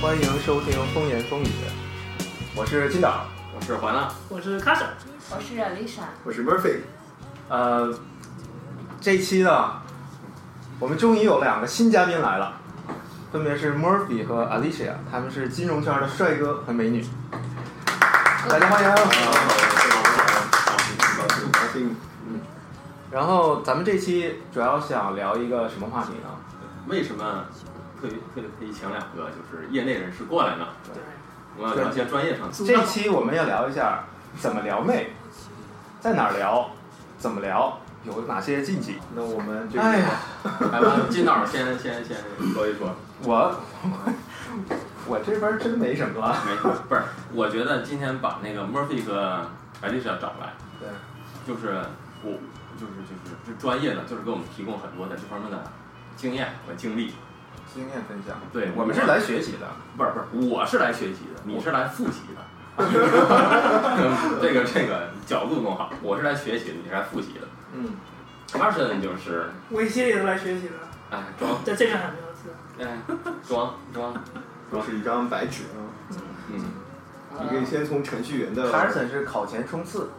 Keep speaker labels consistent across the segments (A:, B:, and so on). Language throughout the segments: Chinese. A: 欢迎收听《风言风语》，我是金导。
B: 我是环了，
C: 我是卡手，
D: 我哦是啊 Lisa，
E: 我是 Murphy，
A: 呃，这一期呢，我们终于有两个新嘉宾来了，分别是 Murphy 和 Alicia，他们是金融圈的帅哥和美女，大家欢
E: 啊
A: 迎。
E: 高兴高兴。
A: 嗯然后咱们这期主要想聊一个什么话题呢？
B: 为什么特别特别特意请两个就是业内人士过来呢？
C: 对，
B: 我们聊一些专业上的。
A: 这期我们要聊一下怎么撩妹，在哪儿聊，怎么聊，有哪些禁忌。那我们这个，
B: 哎呀来吧，金导先先先说一说，
A: 我 我这边真没什么了。
B: 没不是，我觉得今天把那个 Murphy 和白丽莎找来，
A: 对，
B: 就是我就是就是这专业的，就是给我们提供很多的这方面的经验和经历。
A: 经验分享。
B: 对
A: 我们是来学习的。
B: 不是不是，我是来学习的，你是来复习的。 这个这个角度更好，我是来学习的，你是来复习的。
A: 嗯，
B: Martian 就是
C: 我一系列都来学习的，
B: 哎装
C: 在这上还没有字。
B: 哎装装，
E: 都是一张白纸啊，
B: 嗯。
E: 你可以先从程序员的
A: 卡尔森啊是考前冲刺，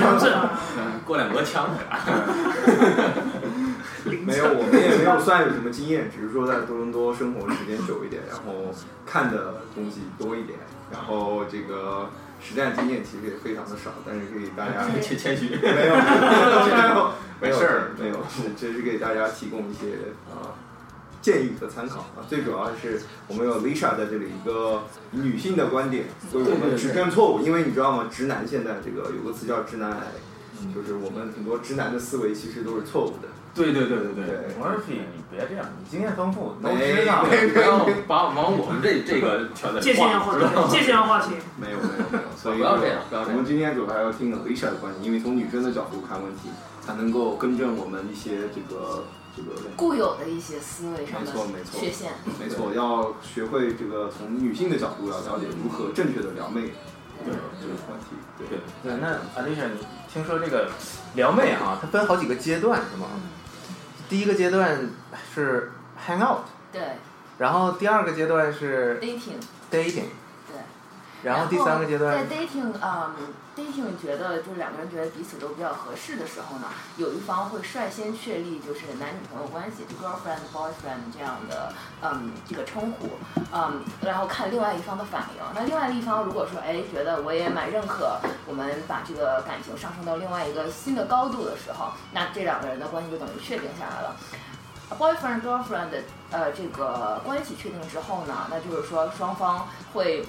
C: 强制 啊，
B: 嗯过两个枪
A: 哎
B: 来了。
E: 没有，我们也没有算有什么经验，只是说在多伦多生活时间久一点，然后看的东西多一点，然后这个实战经验其实也非常的少，但是可以大 家
B: 谦谦虚，
E: 没有没有
B: 没
E: 没
B: 事儿
E: 有没有，是这是给大家提供一些呃建议和参考啊。最主要是我们有 Lisa 在这里一个女性的观点，所以我
B: 对对对
E: 们指正错误，因为你知道吗？直男现在这个有个词叫直男癌，就是我们很多直男的思维其实都是错误的。
B: 对对对对
E: 对
B: 对，
A: ，Murphy，你别这样，你经验丰富，都
E: 没
A: 知道。
E: 没
B: 不要把往我们这这个圈子
C: 界
B: 里
C: 限要
B: 画，
C: 划
B: 知道
C: 清，
B: 吗？
C: 界限要划清。
E: 没有没有没有，所以
B: 不要这样不要这样
E: 我们今天主要还要听 Lisa 的观点，因为从女生的角度看问题，才能够更正我们一些这个这个
D: 固有的一些思维上的
E: 没错没错
D: 缺陷。
E: 没错，要学会这个从女性的角度要了解如何正确的撩妹，对这个问题，对
B: 对，
A: 对，那 Alicia，你听说这个撩妹啊，它分好几个阶段是
E: 嗯
A: 吗？第一个阶段是 hang out，
D: 对
A: 然后第二个阶段是
D: ，dating，
A: dating，
D: 对。
A: 然后第三个阶段
D: 在 dating，嗯，dating 觉得就是两个人觉得彼此都比较合适的时候呢，有一方会率先确立就是男女朋友关系，就 girlfriend、boyfriend 这样的，嗯，这个称呼，嗯，然后看另外一方的反应。那另外一方如果说，哎，觉得我也蛮认可，我们把这个感情上升到另外一个新的高度的时候，那这两个人的关系就等于确定下来了。boyfriend girlfriend 的呃这个关系确定之后呢，那就是说双方会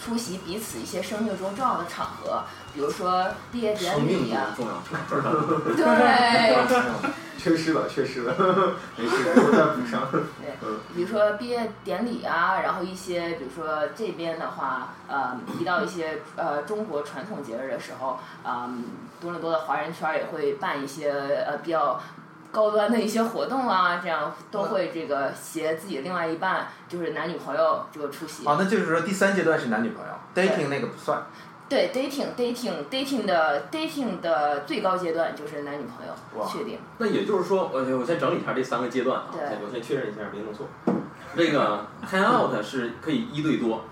D: 出席彼此一些生命中重要的场合，比如说毕业
B: 生
D: 典
B: 命
D: 礼
B: 中
D: 啊，
B: 重要知道吗？
D: 对，
E: 缺失了，缺失了，没事，我再补上。
D: 比如说毕业典礼啊，然后一些比如说这边的话，呃，提到一些呃中国传统节日的时候，嗯，多伦多的华人圈儿也会办一些呃比较。高端的一些活动啊，这样都会这个携自己另外一半，就是男女朋友这个出席。
A: 啊，那就是说第三阶段是男女朋友，dating 那个不算。
D: 对 dating dating dating 的 dating 的最高阶段就是男女朋友
A: 哇
D: 确定。
B: 那也就是说，我我先整理一下这三个阶段啊，
D: 对
B: 我先确认一下，别弄错。这个 hang out 是可以一对多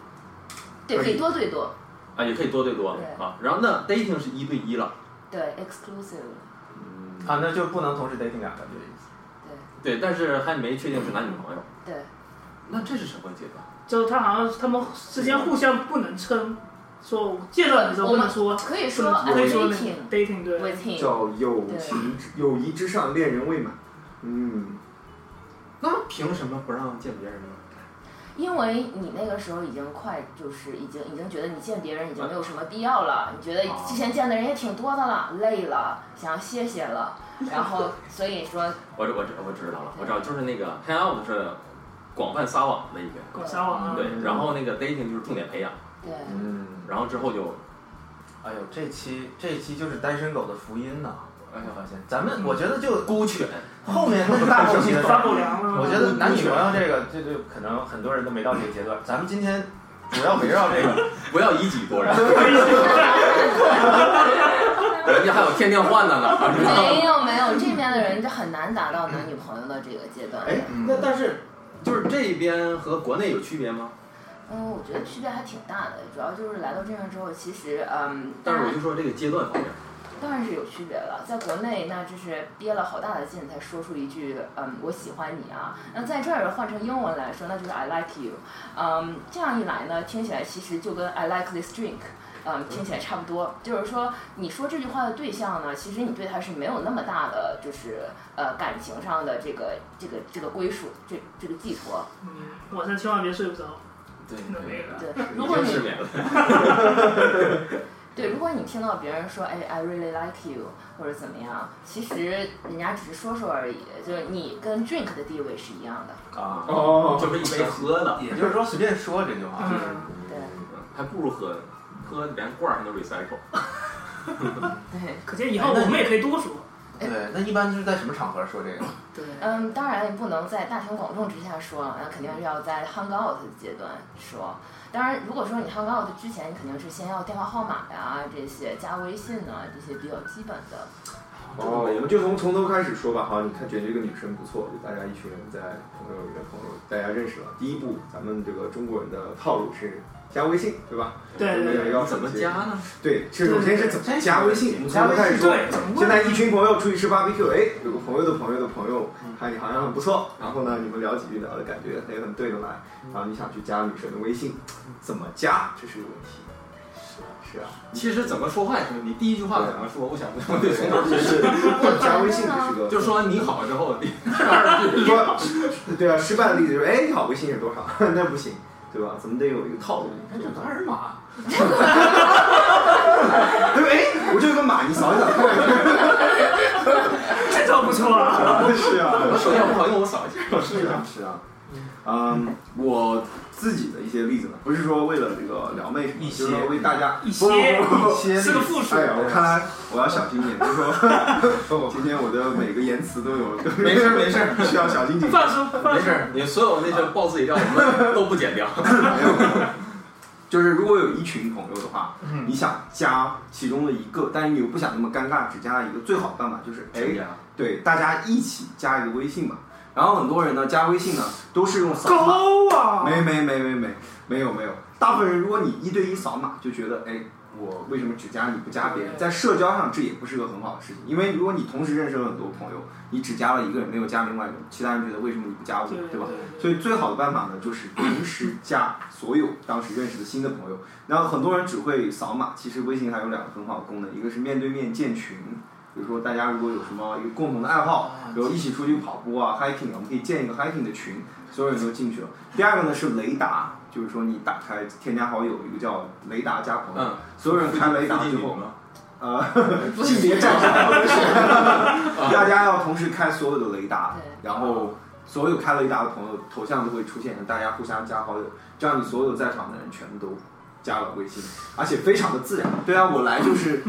D: 对，
B: 可以
D: 可以多对多，
B: 啊，也可以多对多
D: 对
B: 啊。然后呢，dating 是一对一了，
D: 对 exclusive，
E: 嗯
A: 啊，那就不能同时 dating 两个，这个意思。
B: 对，但是还没确定是男女朋友。
D: 对
B: 那这是什么阶段？
C: 就是他好像他们之间互相不能称，说我介绍你的时候不能说，
D: 可以
C: 哦不
D: 说
C: 能
D: 啊
C: 可以说那
D: dating
C: dating 对，
D: with him，
E: 叫友情之友谊之上，恋人未满。嗯，
B: 那凭什么不让见别人呢？
D: 因为你那个时候已经快就是已经已经觉得你见别人已经没有什么必要了，你觉
C: 哦
D: 得之前见的人也挺多的了，累了，想要歇 歇了，然后所以说
B: 我知我知我知道了，我知道就是那个 hang out 是广泛撒网的一个，
D: 对
C: 撒网啊，
B: 对，然后那个 dating 就是重点培养，
D: 对
A: 嗯，
B: 然后之后就，
A: 哎呦，这期这期就是单身狗的福音呐、
B: 哎
A: 我发
B: 呀，
A: 现咱们我觉得就
B: 勾犬，
A: 后面那个大后 期的事
C: 撒
A: 儿，
C: 狗粮啊，
A: 我觉得男女朋友这个这就可能很多人都没到这个阶段。咱们今天主要围绕这个，
B: 不要以己度人，人家还有天天换的呢，啊知道吗？
A: 哎
D: 没有没有，这边的人就很难达到男女朋友的这个阶段。
E: 哎，那但是
B: 就是这边和国内有区别吗？
D: 嗯，我觉得区别还挺大的，主要就是来到这边之后，其实嗯，
B: 但是我就说这个阶段方面，
D: 当然是有区别了，在国内那就是憋了好大的劲才说出一句嗯我喜欢你啊，那在这儿换成英文来说，那就是 I like you，嗯，这样一来呢，听起来其实就跟 I like this drink。嗯，听起来差不多。就是说，你说这句话的对象呢，其实你对他是没有那么大的，就是呃感情上的这个这个这个归属，这这个寄托。
C: 嗯，晚上千万别睡不着，
B: 对
C: 听到没有？
D: 对，如
B: 已
D: 果
B: 经
D: 你
B: 失眠了。
D: 对，如果你听到别人说，哎，I really like you，或者怎么样，其实人家只是说说而已，就是你跟 drink 的地位是一样的。
A: 啊，
E: 哦
B: 就是一杯喝的，
A: 也就是说随便说这句话，就是
D: 对
B: 还不如喝呢，喝连罐儿还能 recycle。
D: 对
C: 可见以后我们也可以多说。
A: 对。那一般是在什么场合说这个？
C: 对，
D: 嗯，当然也不能在大庭广众之下说，那肯定是要在 hang out 的阶段说。当然，如果说你 hang out 之前，你肯定是先要电话号码呀、这些加微信啊，这些比较基本的。
E: 哦，我们就从从头开始说吧。好，你看觉得这个女生不错，就大家一群人在朋友的朋友，大家认识了。第一步，咱们这个中国人的套路是加微信，对吧？
C: 对对对
E: 我们要
B: 怎么加？呢？
E: 对，是首先是怎么加微信？我们从头开始说。
C: 对，怎么
E: 现
C: 问？
E: 在一群朋友出去吃 barbecue，哎，有个朋友的朋友的朋友，看你好像很不错，然后呢，你们聊几句聊的感觉也很对得来，然后你想去加女生的微信，怎么加？这是个问题。是啊，
B: 其实怎么说话也是，你第一句话怎么说？我想问，我
E: 对，
B: 得从哪儿？
E: 就是加微信这是个，
B: 就说完你好之后，第二句
E: 说，对啊，失败的例子就是，哎，你好，微信是多少？ 那不行，对吧？咱们得有一个套路。
B: 这就二维码。
E: 对吧？哎，我这有个码，你扫一扫看看。
C: 这招不错啊！
E: 是啊，
B: 我手机好朋友，我扫一下。
E: 是啊，是啊。嗯，我自己的一些例子呢，不是说为了这个撩妹什么，
A: 一
E: 就是
A: 些
E: 说为大家
C: 一
E: 不
C: 些
E: 不不不
A: 一些
C: 是个复数
E: 哎，呀，我看来我要小心点，就是说今天我的每个言辞都有，
B: 没事没事，
E: 需要小心谨慎。
C: 放松，放
B: 没
C: 松。
B: 事，你所有那些爆自己料我们都不剪 掉。
E: 没有，就是如果有一群朋友的话，
A: 嗯
E: 你想加其中的一个，但是你又不想那么尴尬，只加一个，最好的办法就是哎，对，大家一起加一个微信吧。然后很多人呢加微信呢都是用扫码，
C: 高啊！
E: 没没没没没没有没有，大部分人如果你一对一扫码，就觉得哎，我为什么只加你不加别人？在社交上这也不是个很好的事情，因为如果你同时认识了很多朋友，你只加了一个人没有加另外一个人，其他人觉得为什么你不加我，
C: 对
E: 对吧？哎
C: 对
E: 所以最好的办法呢，就是临时加所有当时认识的新的朋友。然后很多人只会扫码，其实微信还有两个很好的功能，一个是面对面建群，比如说大家如果有什么一个共同的爱好，比如一起出去跑步啊、hiking 啊，我们可以建一个 hiking 的群，所有人都进去了。第二个呢是雷达，就是说你打开添加好友，有一个叫雷达加朋友，
B: 嗯，
E: 所有人开雷达之后，
B: 吗？
E: 呃，性别站上了，大家要同时开所有的雷达，
D: 对
E: 然后所有开雷达的朋友头像都会出现，大家互相加好友，这样你所有在场的人全部都加了微信，而且非常的自然。对啊，我来就是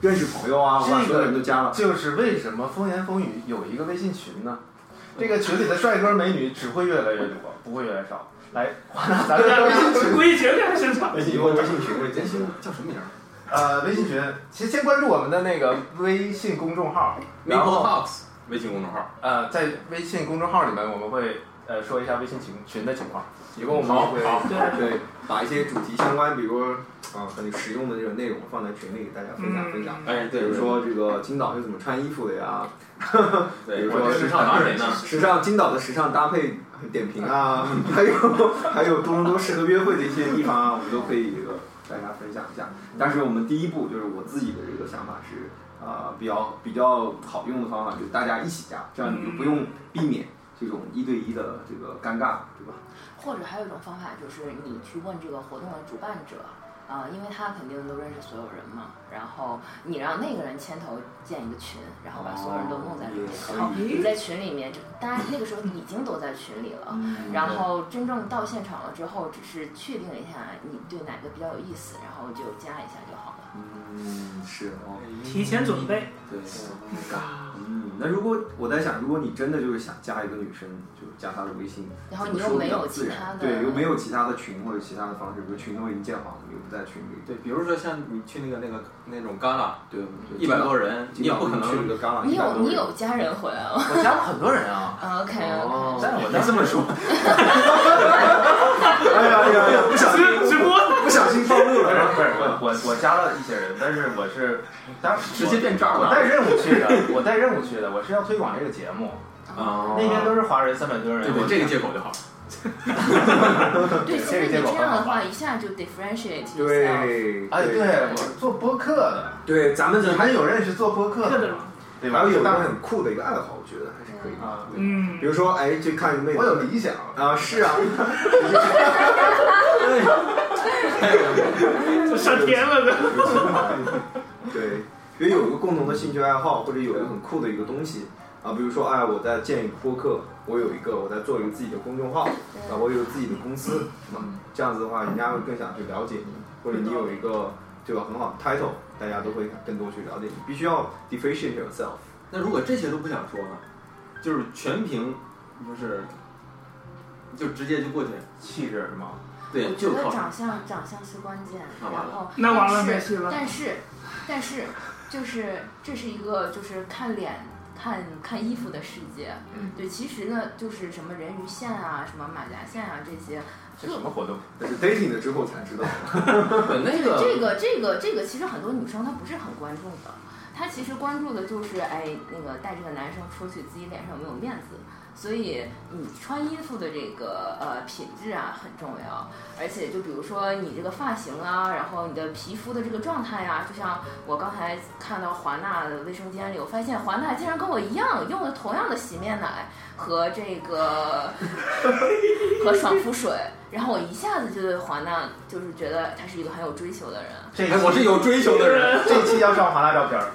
E: 认识朋友啊，我把所有人都加了。
A: 就是为什么风言风语有一个微信群呢？这个群里的帅哥美女只会越来越多，不会越来越少。来，华纳，咱们的微信群，
C: 规矩在身上。
E: 以后微信群会更
B: 这些
E: 新，
B: 叫什么名儿
A: 呃，微信群，先先关注我们的那个微信公众号，然
B: ？Maple
A: 后
B: House 微信公众号。
A: 呃，在微信公众号里面我们会呃说一下微信群群的情况，一共我们
B: 好
A: 会
B: 好
C: 对，
E: 对，把一些主题相关，比如说啊很实用的这种内容放在群里给大家分享分享。
C: 嗯
B: 哎，
E: 比
B: 对，
E: 如说这个今早是怎么穿衣服的呀？
B: 对，
E: 比如
B: 我
E: 说
B: 这时尚达人呢，
E: 时尚金岛的时尚搭配点评啊，还有还有多伦多适合约会的一些地方啊，我们都可以这个大家分享一下。但是我们第一步就是我自己的这个想法是，呃，比较比较好用的方法就是大家一起加，这样你就不用避免这种一对一的这个尴尬，对吧？
D: 或者还有一种方法就是你去问这个活动的主办者，啊、因为他肯定都认识所有人嘛，然后你让那个人牵头建一个群，然后把所有人都弄在里面，
E: 哦
D: 然后
C: 也可以
D: 你在群里面，就大家那个时候已经都在群里
E: 嗯
D: 了。然后真正到现场了之后，只是确定一下你对哪个比较有意思，然后就加一下就好了。
E: 嗯，是哦，
C: 提前准备。
E: 对，嗯，那如果我在想，如果你真的就是想加一个女生，就加她的微信，
D: 然后
E: 怎么
D: 你又
E: 说
D: 没
E: 比较
D: 有
E: 自
D: 其
E: 然
D: 他的
E: 对，又没有其他的群或者其他的方式，比如群都已经建好了，你又不在群里，
B: 对，比如说像你去那个那个那种 gala，
E: 对，
B: 一百多人，你也不可能
E: 啊去一个旮旯，
D: 你有你
E: 有
D: 有家人回来了，
A: 我加过很多人啊，
D: OK OK，
B: 但是我
E: 没这
B: 当时
E: 么说。哎呀哎呀哎呀！不 小心
C: 直直播
E: 不小心暴露
A: 不是
E: 了。
A: 不是，我我我加了一些人，但是我 是当时
B: 直接变渣
A: 我
B: 了
A: 带任务去的，我带任务去的，我是要推广这个节目。
D: 嗯
B: 啊
A: 那边都是华人，三百多人。
B: 对对，这个借口就好。
D: 对，
A: 这
D: 其实
A: 个
D: 你
A: 结果
D: 这样的
A: 很好
D: 话，一下就 differentiate yourself。嗯
E: 对，
A: 哎，对我做播客的，
E: 对，咱们这
A: 还有认识做播客
C: 对
A: 的
C: 的
A: 吗？对吧？
E: 还有有一个很酷的一个爱好，我觉得还是可以的。
A: 啊，
C: 嗯
E: 比，如说，哎，去看妹子
A: 我有理想，
E: 啊，是啊，
C: 这上天了这。
E: 对，比如有一个共同的兴趣爱好，或者有一个很酷的一个东西啊，比如说，哎，我在建一个播客，我有一个，我在做一个自己的公众号，啊，我有自己的公司，嗯，这样子的话，人家会更想去了解你，或者你有一个对吧很好的 title，大家都会更多去了解你，必须要 differentiate yourself。
B: 那如果这些都不想说呢？就是全凭，就是，就直接就过去，
A: 气质是吗？
B: 对，
D: 我觉
B: 就
D: 得
B: 靠
D: 长相长相是关键，
B: 那
D: 然
B: 完了
D: 后
C: 那完了
D: 但是
C: 没戏了
D: 但是，但是就是这是一个就是看脸。看看衣服的世界，
A: 嗯，
D: 对，其实呢，就是什么人鱼线啊，什么马甲线啊这些，
A: 这什么活动？
E: 但是 dating 了之后才知道，
B: 对那
D: 对这
B: 个
D: 个这个这个，其实很多女生她不是很关注的，她其实关注的就是哎那个带这个男生出去自己脸上有没有面子，所以你穿衣服的这个呃品质啊很重要，而且就比如说你这个发型啊，然后你的皮肤的这个状态啊，就像我刚才看到华纳的卫生间里，我发现华纳竟然跟我一样用了同样的洗面奶和这个和爽肤水，然后我一下子就对华纳就是觉得他是一个很有追求的人。
A: 这
B: 哎，我是有追求的人，
A: 这期要上华纳照片儿，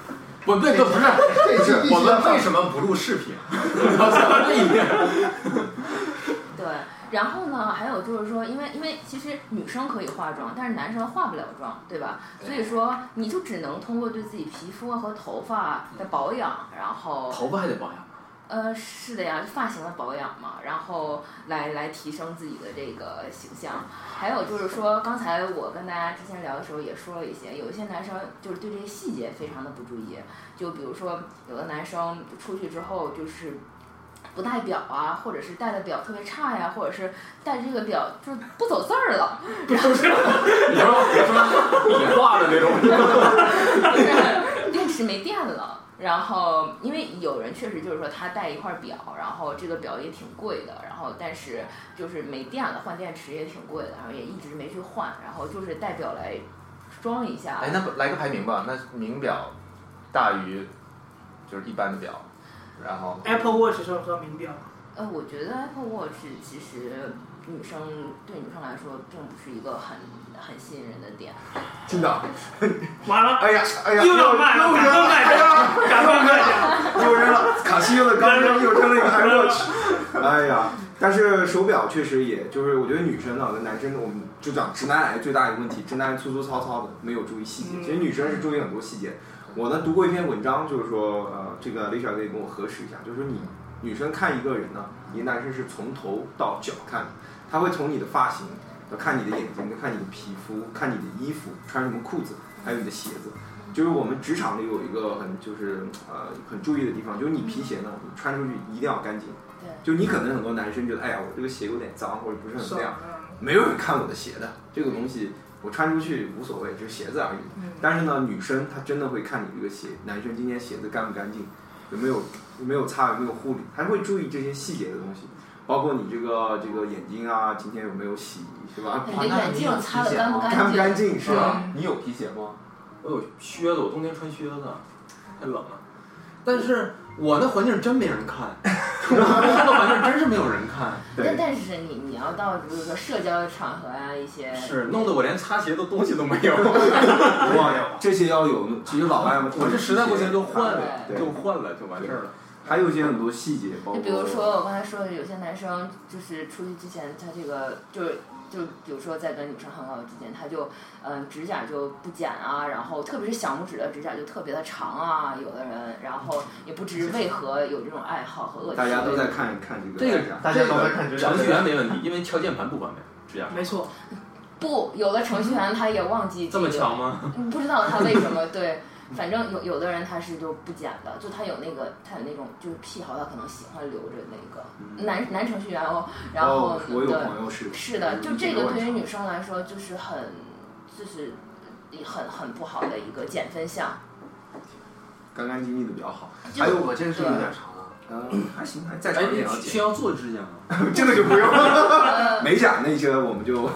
B: 我那个不是，
E: 这是
B: 我们为什么不录视频？
A: 啊
B: 你要想到这一点，
D: 对，然后呢，还有就是说，因为因为其实女生可以化妆，但是男生化不了妆，对吧？所以说，你就只能通过对自己皮肤啊和头发的保养，然后
B: 头发还得保养，
D: 呃，是的呀，发型的保养嘛，然后来来提升自己的这个形象。还有就是说，刚才我跟大家之前聊的时候也说了一些，有一些男生就是对这些细节非常的不注意，就比如说有的男生就出去之后就是。不戴表啊，或者是戴的表特别差呀，或者是戴这个表就是不走字儿了，
B: 你说我说你画的那种，
D: 就是 电池没电了。然后，因为有人确实就是说他带一块表，然后这个表也挺贵的，然后但是就是没电了，换电池也挺贵的，然后也一直没去换，然后就是带表来装一下。
A: 哎，那不来个排名吧？那名表大于就是一般的表，然后
C: Apple Watch 上和名表，
D: 呃，我觉得 Apple Watch 其实女生对女生来说并不是一个很很吸引人的点。
E: 真的，
C: 完了，
E: 哎呀哎呀，
C: 又要卖了，
E: 又扔
C: 感动
E: 了，
C: 卖
E: 哎
C: 家，
E: 呀，
C: 感动卖家，
E: 又扔了，卡西用的钢针又扔了一个 iWatch，哎呀，但是手表确实也就是，我觉得女生呢跟男生，我们就讲直男癌最大一个问题，直男粗粗糙糙的，没有注意细节。
C: 嗯
E: 其实女生是注意很多细节。我呢读过一篇文章，就是说，呃，这个李小可以跟我核实一下，就是说你女生看一个人呢，你男生是从头到脚看的，他会从你的发型，看你的眼睛，看你的皮肤，看你的衣服穿什么裤子，还有你的鞋子。就是我们职场里有一个很就是呃很注意的地方，就是你皮鞋呢，你穿出去一定要干净。
D: 对，
E: 就你可能很多男生觉得，哎呀，我这个鞋有点脏，或者不是很亮，
C: 嗯
E: 没有人看我的鞋的，这个东西我穿出去无所谓，就是鞋子而已。
C: 嗯
E: 但是呢，女生她真的会看你这个鞋，男生今天鞋子干不干净，有没有有没有擦，有没有护理，还会注意这些细节的东西，包括你这个这个眼睛啊，今天有没有洗，是吧？啊
D: 你的眼镜擦的干不
E: 干不干
D: 净？嗯
E: 净是吧？
A: 你有皮鞋吗？
B: 我有哎靴子，我冬天穿靴子，太冷了。但是我那环境真没人看，我那环境真是没有人 看，
D: 但
E: 对
D: 但是你你要到比如说社交场合啊一些，
B: 是弄得我连擦鞋的东西都没有。
E: 哇，这些要有，其实老外们
B: 我这实在不行就换
D: 了
E: 对
B: 就换了，就完事儿了。
E: 还有一些很多细节，包括
D: 就比如说我刚才说的，有些男生就是出去之前，他这个就是就比如说在跟女生很好之间，他就嗯、呃指甲就不剪啊，然后特别是小拇指的指甲就特别的长啊，有的人，然后也不知为何有这种爱好和恶习。
E: 大家都在看看这个
B: 这个
E: 大家
A: 大家都在看指甲
B: 程序员没问题，因为敲键盘不方便，指
E: 嗯
B: 甲
C: 没错，
D: 不，有的程序员他也忘记
B: 这么
D: 个嗯
B: 巧吗？
D: 嗯不知道他为什么对。反正有有的人他是就不剪的，就他有那个他有那种就是癖好，他可能喜欢留着那个、
E: 嗯
D: 男男程序员哦，然后
E: 哦、我有
D: 对
E: 朋友是
D: 是的，就这
E: 有
D: 个
E: 问
D: 对于
E: 题
D: 女生来说就是很就是很很不好的一个减分项。
E: 干干净净的比较好。
D: 就
E: 还有
A: 我这个是有点长了。
E: 嗯，还行，还再
B: 哎
E: 长一，点要
B: 你需
E: 剪，
B: 要做指甲吗？
E: 这个就不用了。
D: 呃
E: 美甲那些我们就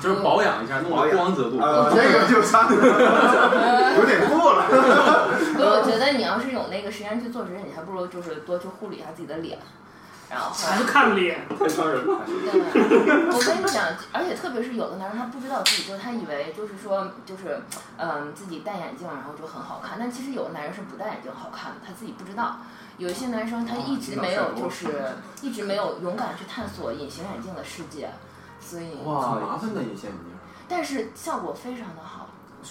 B: 就是保养一下，弄个光泽度。
E: 呃，这个就 差点有点过了。
D: 所以我觉得你要是有那个时间去做指甲，你还不如就是多去护理一下自己的脸。然后，
C: 还是看脸，
E: 太伤人了。
D: 对，我跟你讲，而且特别是有的男人他不知道自己，就是他以为就是说就是嗯、自己戴眼镜然后就很好看，但其实有的男人是不戴眼镜好看的，他自己不知道。有一些男生他一直没有啊就是一直没有勇敢去探索隐形眼镜的世界，所以
B: 哇，麻烦的隐形眼镜。
D: 但是效果非常的好。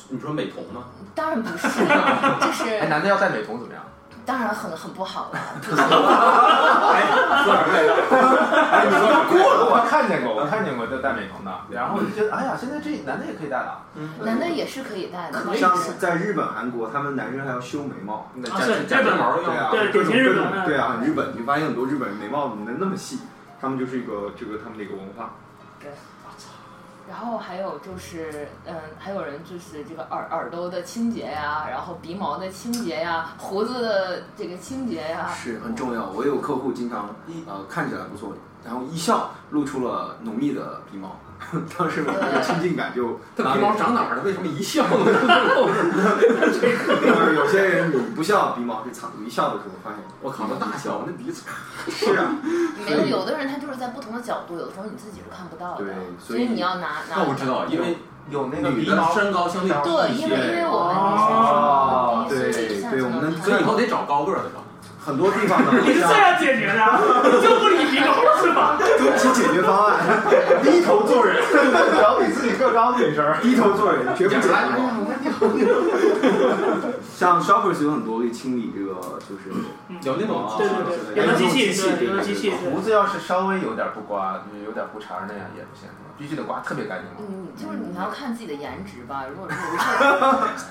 B: 你说美瞳吗？
D: 当然不是了，就是
A: 哎，男的要戴美瞳怎么样？
D: 当然很很不好了，
B: 哎，说点 儿这个。
E: 哎，你说
A: 过了，我看见过，我看见过戴戴美瞳的，然后我就觉得，哎呀，现在这男的也可以戴了。
D: 男的也是可以嗯戴的，但
E: 像
D: 是
E: 在日本、韩国，他们男生还要修眉毛。
A: 那
C: 啊是
B: 假
C: 日
B: 睫
C: 本
B: 毛用
E: 对啊，
C: 对
E: 各
C: 典
E: 种
C: 型日
E: 各
C: 本
E: 种
C: 啊
E: 对啊，很日本，你发现很多日本人眉毛怎么能那么细？他们就是一个这个他们的一个文化。
D: 然后还有就是，嗯，还有人就是这个耳耳朵的清洁呀，然后鼻毛的清洁呀，胡子的这个清洁呀，
E: 是很重要。我有客户经常呃看起来不错，然后一笑露出了浓密的鼻毛，当时我那个亲近感就
B: 这鼻毛长哪儿了？为什么一笑呢？
E: 就是有些人你不笑鼻毛是藏住，一笑的时候发现
B: 我靠，那大小，那鼻子。
E: 是啊，
D: 没有有的人他就是在不同的角度，有的时候你自己是看不到的，
E: 对所
D: 所
E: 以
D: 你要拿拿
B: 那我知道，因为
A: 有那个
B: 女
A: 鼻
B: 的
A: 毛，
B: 身高相对低
D: 对，
B: 一
D: 因为因
B: 些
D: 为，我
E: 啊
A: 哦
D: 们女生是
E: 对
D: 一下
E: 对
D: 就
E: 我们
D: 能
E: 的
D: 看
B: 所以以
D: 到
B: 后得找高个儿的吧。
E: 很多地方呢，
C: 你是这样解决的啊，就不理鼻毛是吧？
E: 终极解决方案，
A: 低头做人， 找比自己更高的女生。
E: 低头做人，绝不解
A: 哎
E: 决。
A: 呀，我
E: 像 shoppers 有很多可以清理这个就是
B: 嗯有那种
E: 哦
C: 对
E: 是的是
C: 对
E: 的
C: 对，有的
E: 哎
C: 机
E: 用机
C: 器，
E: 器
C: 对，有的机器，
E: 对
C: 对
A: 胡。子要是稍微有点不刮，就是有点胡茬儿那样也不行，必须得刮特别干净了。
D: 嗯，就是你要看自己的颜值吧。如果是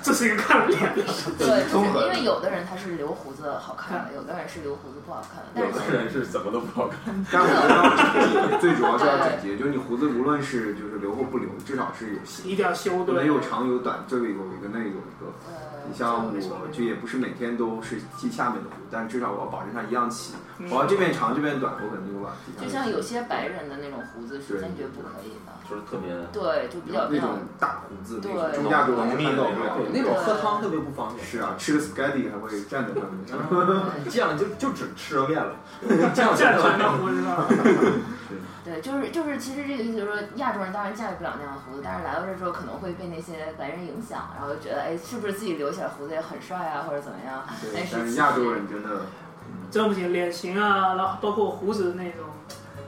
C: 这是一个看脸的，
D: 对，就是
A: 综合的
D: 因为有的人他是留胡子好看的，有的人是留胡子不好看的，但
B: 有
D: 是
B: 的人是怎么都不好看。
E: 但我觉得要整洁，最主要是要整洁，就是你胡子无论是就是留或不留，至少是有型，
C: 一定要修
E: 不能
C: 对。
E: 有长有短，这里有一个那里有一个。
D: 呃，
E: 你像
C: 没错
E: 我就也不是每天都是剃下面的胡，但至少我要保证它一样齐。
C: 嗯
E: 我要这边长这边短，我肯定就把剃下
D: 就
E: 面
D: 像有些白人的那种胡子是
E: 对
D: 坚决不可以的，
B: 就是特别
D: 对，就比较
E: 那
D: 那
E: 种
D: 种
E: 大胡子，那种
D: 对
E: 中亚就完全看到不
B: 对，
E: 了。
B: 那种喝汤特别不方便。
E: 是啊，吃个 spaghetti 还会站在上
D: 嗯
E: 面。
B: 你 这样就就只吃热面了， 这样
C: 这样
B: 就
C: 才能胡子吧？
D: 对，就是就是，其实这个意思就是说，亚洲人当然驾驭不了那样的胡子，但是来到这之后可能会被那些白人影响，然后就觉得哎，是不是自己留起来胡子也很帅啊，或者怎么样？
E: 对
D: 但，是
E: 但
D: 其
E: 是
D: 实
E: 亚洲人真的
C: 真不行，脸型啊，然后包括胡子那种，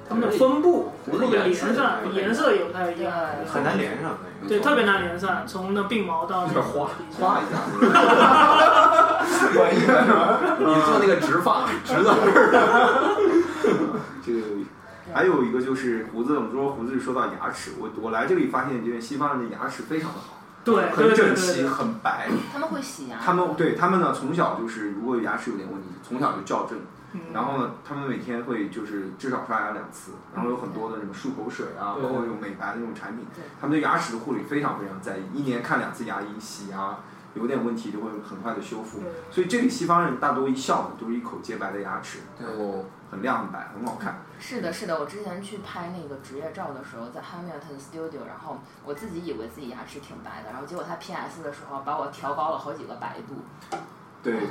C: 他们的分布
B: 胡
C: 或
B: 子
C: 者
B: 颜
C: 颜
B: 色
C: 色颜色也不太一样，嗯
D: 对
A: 很难连上那个。
C: 对，特别难连上，从那鬓毛到那个花
E: 画一下，
A: 关
B: 你做那个直发，直到 这儿。
E: 这个还有一个就是胡子，我们说胡子是说到牙齿，我我来这里发现，这边西方人的牙齿非常的好，
C: 对
E: 很
C: 对对
E: 整
C: 对
E: 齐，
C: 对，
E: 很白。
D: 他们会洗牙，
E: 他们对他们呢，从小就是如果有牙齿有点问题，从小就矫正。
C: 嗯
E: 然后呢，他们每天会就是至少刷牙两次，然后有很多的什么漱口水啊，
B: 对
E: 包括那种美白的那种产品
D: 对，
E: 他们对牙齿的护理非常非常在意，一年看两次牙医，洗牙有点问题就会很快的修复。
C: 对
E: 所以这里西方人大多一笑呢，都是一口洁白的牙齿，
A: 对
E: 然后很亮很白，很好看。
D: 是的，是的，我之前去拍那个职业照的时候，在 Hamilton Studio，然后我自己以为自己牙齿挺白的，然后结果他 PS 的时候把我调高了好几个白度，
E: 对
D: 对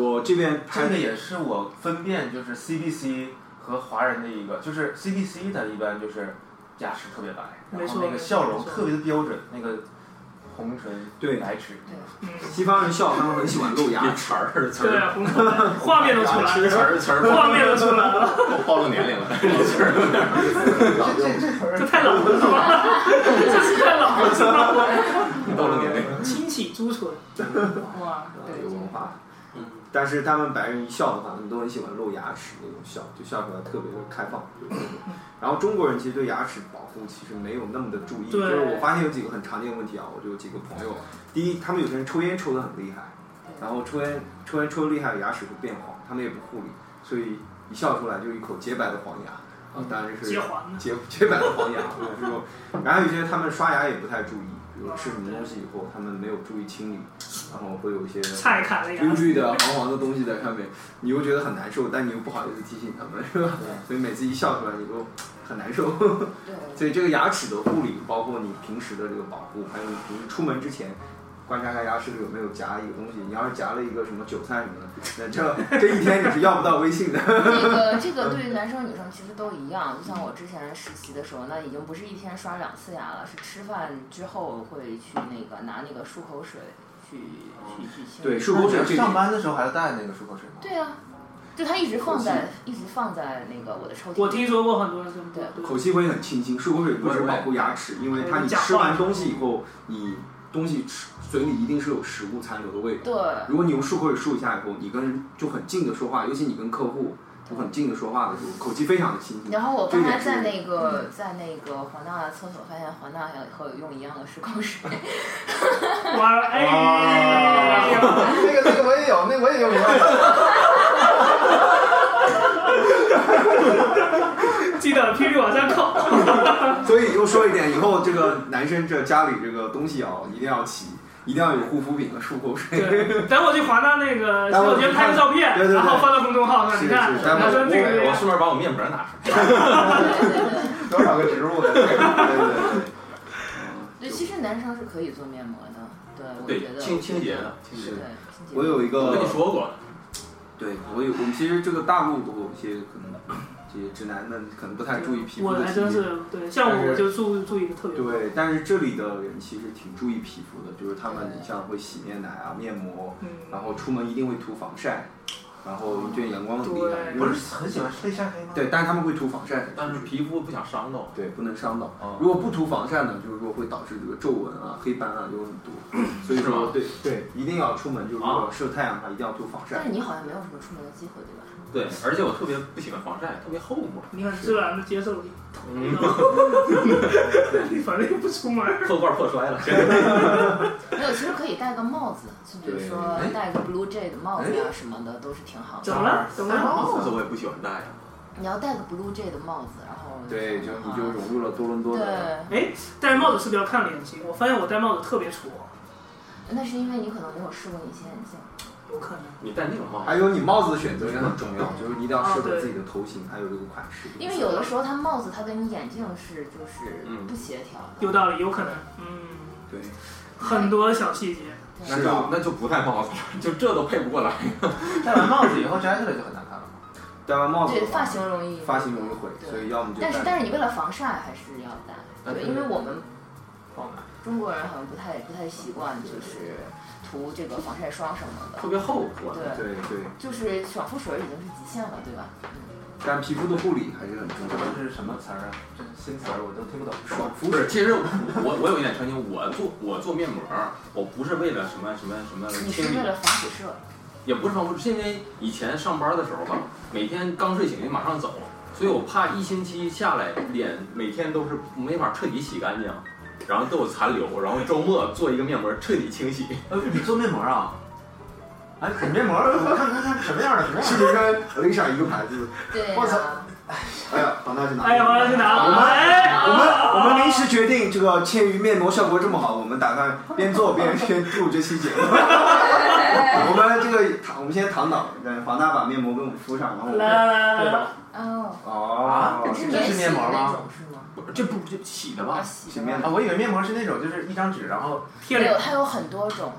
E: 我这边
A: 这
E: 拍
A: 个也是我分辨就是 CBC 和华人的一个，就是 CBC 它一般就是牙齿特别白，
C: 没
A: 然
C: 错
A: 后那个笑容
C: 没错
A: 特别的标准，那个红唇
E: 对
A: 白齿，
E: 西方人笑，他们很喜欢露牙
B: 别，词儿是词
C: 嗯对
B: 儿，，
C: 红头发画面都出来
B: 吃词
C: 了，
B: 儿词儿，
C: 画面都出来了，
B: 暴露年龄了。
C: 这太老了是吧？这是太老了是吧？
B: 暴露年龄。
C: 轻启朱唇，哇，
E: 有文化。
B: 嗯，
E: 但是他们白人一笑的话，他们都很喜欢露牙齿那种笑，就笑出来特别的开放。对然后中国人其实对牙齿保护其实没有那么的注意，就
C: 对
E: 是我发现有几个很常见的问题啊，我就有几个朋友，第一，他们有些人抽烟抽得很厉害，然后抽烟抽烟抽得厉害，牙齿会变黄，他们也不护理，所以一笑出来就是一口洁白的黄牙啊，当然这是
C: 接环呢。
E: 洁洁白的黄牙，对这种。然后有些他们刷牙也不太注意，比如吃什么东西以后，他们没有注意清理，然后会有一些
C: 菜砍了牙，
E: 绿绿的、黄黄的东西在上面，你又觉得很难受，但你又不好意思提醒他们，是吧？所以每次一笑出来，你都很难受。
D: 对，
E: 所以这个牙齿的护理，包括你平时的这个保护，还有你平时出门之前。观察一下牙齿有没有夹一个东西，你要是夹了一个什么韭菜什么的，那这这一天你是要不到微信的。
D: 这个这个对于男生女生其实都一样。就像我之前实习的时候，那已经不是一天刷两次牙了，是吃饭之后会去那个拿那个漱口水去去去清理。
E: 对漱口水这
A: 上班的时候还要带那个漱口水吗？
D: 对啊，就他一直放在一直放在那个我的抽屉。
C: 我听说过很多人这么做
D: 对
E: 口气会很清新。漱口水不只保护牙齿，因为它你吃完东西以后，你东西吃嘴里一定是有食物残留的味道。
D: 对，
E: 如果你用漱口水漱一下以后，你跟人就很近的说话，尤其你跟客户就很近的说话的时候，口气非常的嗯清新。
D: 然后我
E: 这一
D: 刚
E: 点
D: 才
E: 是
D: 在那个在那个黄大的厕所发现黄大和和用一样的漱 口水，
C: 哇哎呀，
A: 那个那个我也有，那我也用过。
C: 记得频率往上扣。
E: 所以又说一点，以后这个男生这家里这个东西啊，一定要齐，一定要有护肤品和漱口水。
C: 对，等我去华纳那个 洗
E: 待会儿
C: 手间拍个照片，
E: 对对对
C: 然后发到公众号上，
E: 是
C: 你看，
E: 是待会
C: 然
E: 儿
C: 后说
B: 我
C: 这个
B: 我顺便把我面膜拿出来。
A: 多少个植入的？
E: 对对嗯对对
D: 对，其实男生是可以做面膜的，对，我觉
B: 对，
D: 得
B: 清清洁的，清洁
D: 对
E: 是
B: 的。
D: 清洁
E: 我有一个，
B: 我跟你说过，
E: 对我有我们其实这个大陆有一些可能这些直男们可能不太注意皮肤
C: 我
E: 的
C: 还
E: 清洁。
C: 真是对，像
E: 但
C: 我
E: 是
C: 我就注注意的特别多。
E: 对，但是这里的人其实挺注意皮肤的，就是他们
D: 对
E: 你像会洗面奶啊、面膜，
C: 嗯，
E: 然后出门一定会涂防晒，然后对阳光很敏感，
C: 对
A: 不是很喜欢被晒黑吗？
E: 对，但是他们会涂防晒，
B: 但是皮肤不想伤到。
E: 对不能伤到。
B: 啊
E: 如果不涂防晒呢，就是说会导致这个皱纹啊、黑斑啊有很多，所以
B: 是
E: 说
B: 吗啊
E: 对对，一定要出门，就是如果射太阳的话，一定要涂防
D: 但
E: 晒
D: 是。你好像没有什么出门的机会，对吧？
B: 对，而且我特别不喜欢防晒，特别厚 膜，
C: 你很自然的接受了，
B: 嗯，
C: 你 反正又不出门。
B: 破罐破摔了。
D: 没有，其实可以戴个帽子，就比如说
A: 对哎
D: 戴个 Blue Jay 的帽子呀、
E: 哎
D: 什么的，都是挺好
C: 怎
D: 的。
C: 么了？ 怎么
B: 但是
C: 了？
B: 帽子我也不喜欢戴啊。
D: 你要戴个 Blue Jay 的帽子，然后
E: 对，就你就
D: 啊
E: 融入了多伦多的。
D: 对，
C: 哎，戴帽子是不是要看脸型？我发现我戴帽子特别矬，
D: 那是因为你可能没有试过隐形眼镜。
C: 有可能。
B: 你戴那种帽子，
E: 还有你帽子的选择也很重要，就是你一定要适
C: 哦
E: 合
C: 对
E: 自己的头型，还有这个款式。
D: 嗯啊因为有的时候它帽子它跟你眼镜是就是
B: 嗯
D: 不协调的。
C: 有道理，有可能。嗯，
E: 对，
C: 很多小细节。
E: 是啊
B: 那就那就不戴帽子了，就这都配不过来。
A: 戴完帽子以后摘下来就很难看了。
E: 戴完帽子的
D: 对，发
E: 话，
D: 型容易。
E: 哦发型容易毁，
D: 对
E: 所以要么就嗯
D: 但是
E: 戴。
D: 但是你为了防晒还是要戴，
B: 啊对
D: 对，因为我们
A: 放哪？
D: 中国人好像不太不太习惯就是涂这个防晒霜什么
B: 特
D: 的。
B: 别厚，是吧？
E: 对
D: 对，
E: 对，
D: 就是爽肤水已经是极限了，对吧？
E: 但皮肤的护理还是很重要的。
A: 这是什么词儿啊？这新词儿我都听不懂。
E: 爽肤
B: 不是，其实我我有一点澄清，我做我做面膜，我不是为了什么什么什么
E: 嗯
D: 你是
B: 清
D: 为
B: 理，
D: 了防辐射，
B: 也不是防不，是因为以前上班的时候吧，每天刚睡醒就马上走，所以我怕一星期下来脸每天都是没法彻底洗干净，然后都有残留，然后周末做一个面膜彻底清洗。
A: 呃，你做面膜啊？哎，你面膜，我看看看什么样的，什么样
E: 是
A: 的。
E: 不是跟 Lisa 一个牌子？
D: 对
A: 我操
D: 呀、
E: 哎呀，黄大去哪？
C: 哎呀，我要去拿。哎，
E: 我们我们临时决定，这个千鱼面膜效果这么好，我们打算边做边边录这期节 目。我们这个躺，我们先躺倒，让黄大把面膜给我们敷上，然后我
C: 来
E: 们
C: 来来来
A: 对
C: 来
A: 吧，
D: 哦，
E: 哦，
A: 啊
D: 是
A: 这是面膜吗
D: 那种是吗？
B: 不是，这不这洗的吧？
D: 洗
E: 洗
D: 的
E: 面
A: 啊，我以为面膜是那种，就是一张纸，然后
C: 贴
D: 没有，
C: 脸，
D: 它有很多种。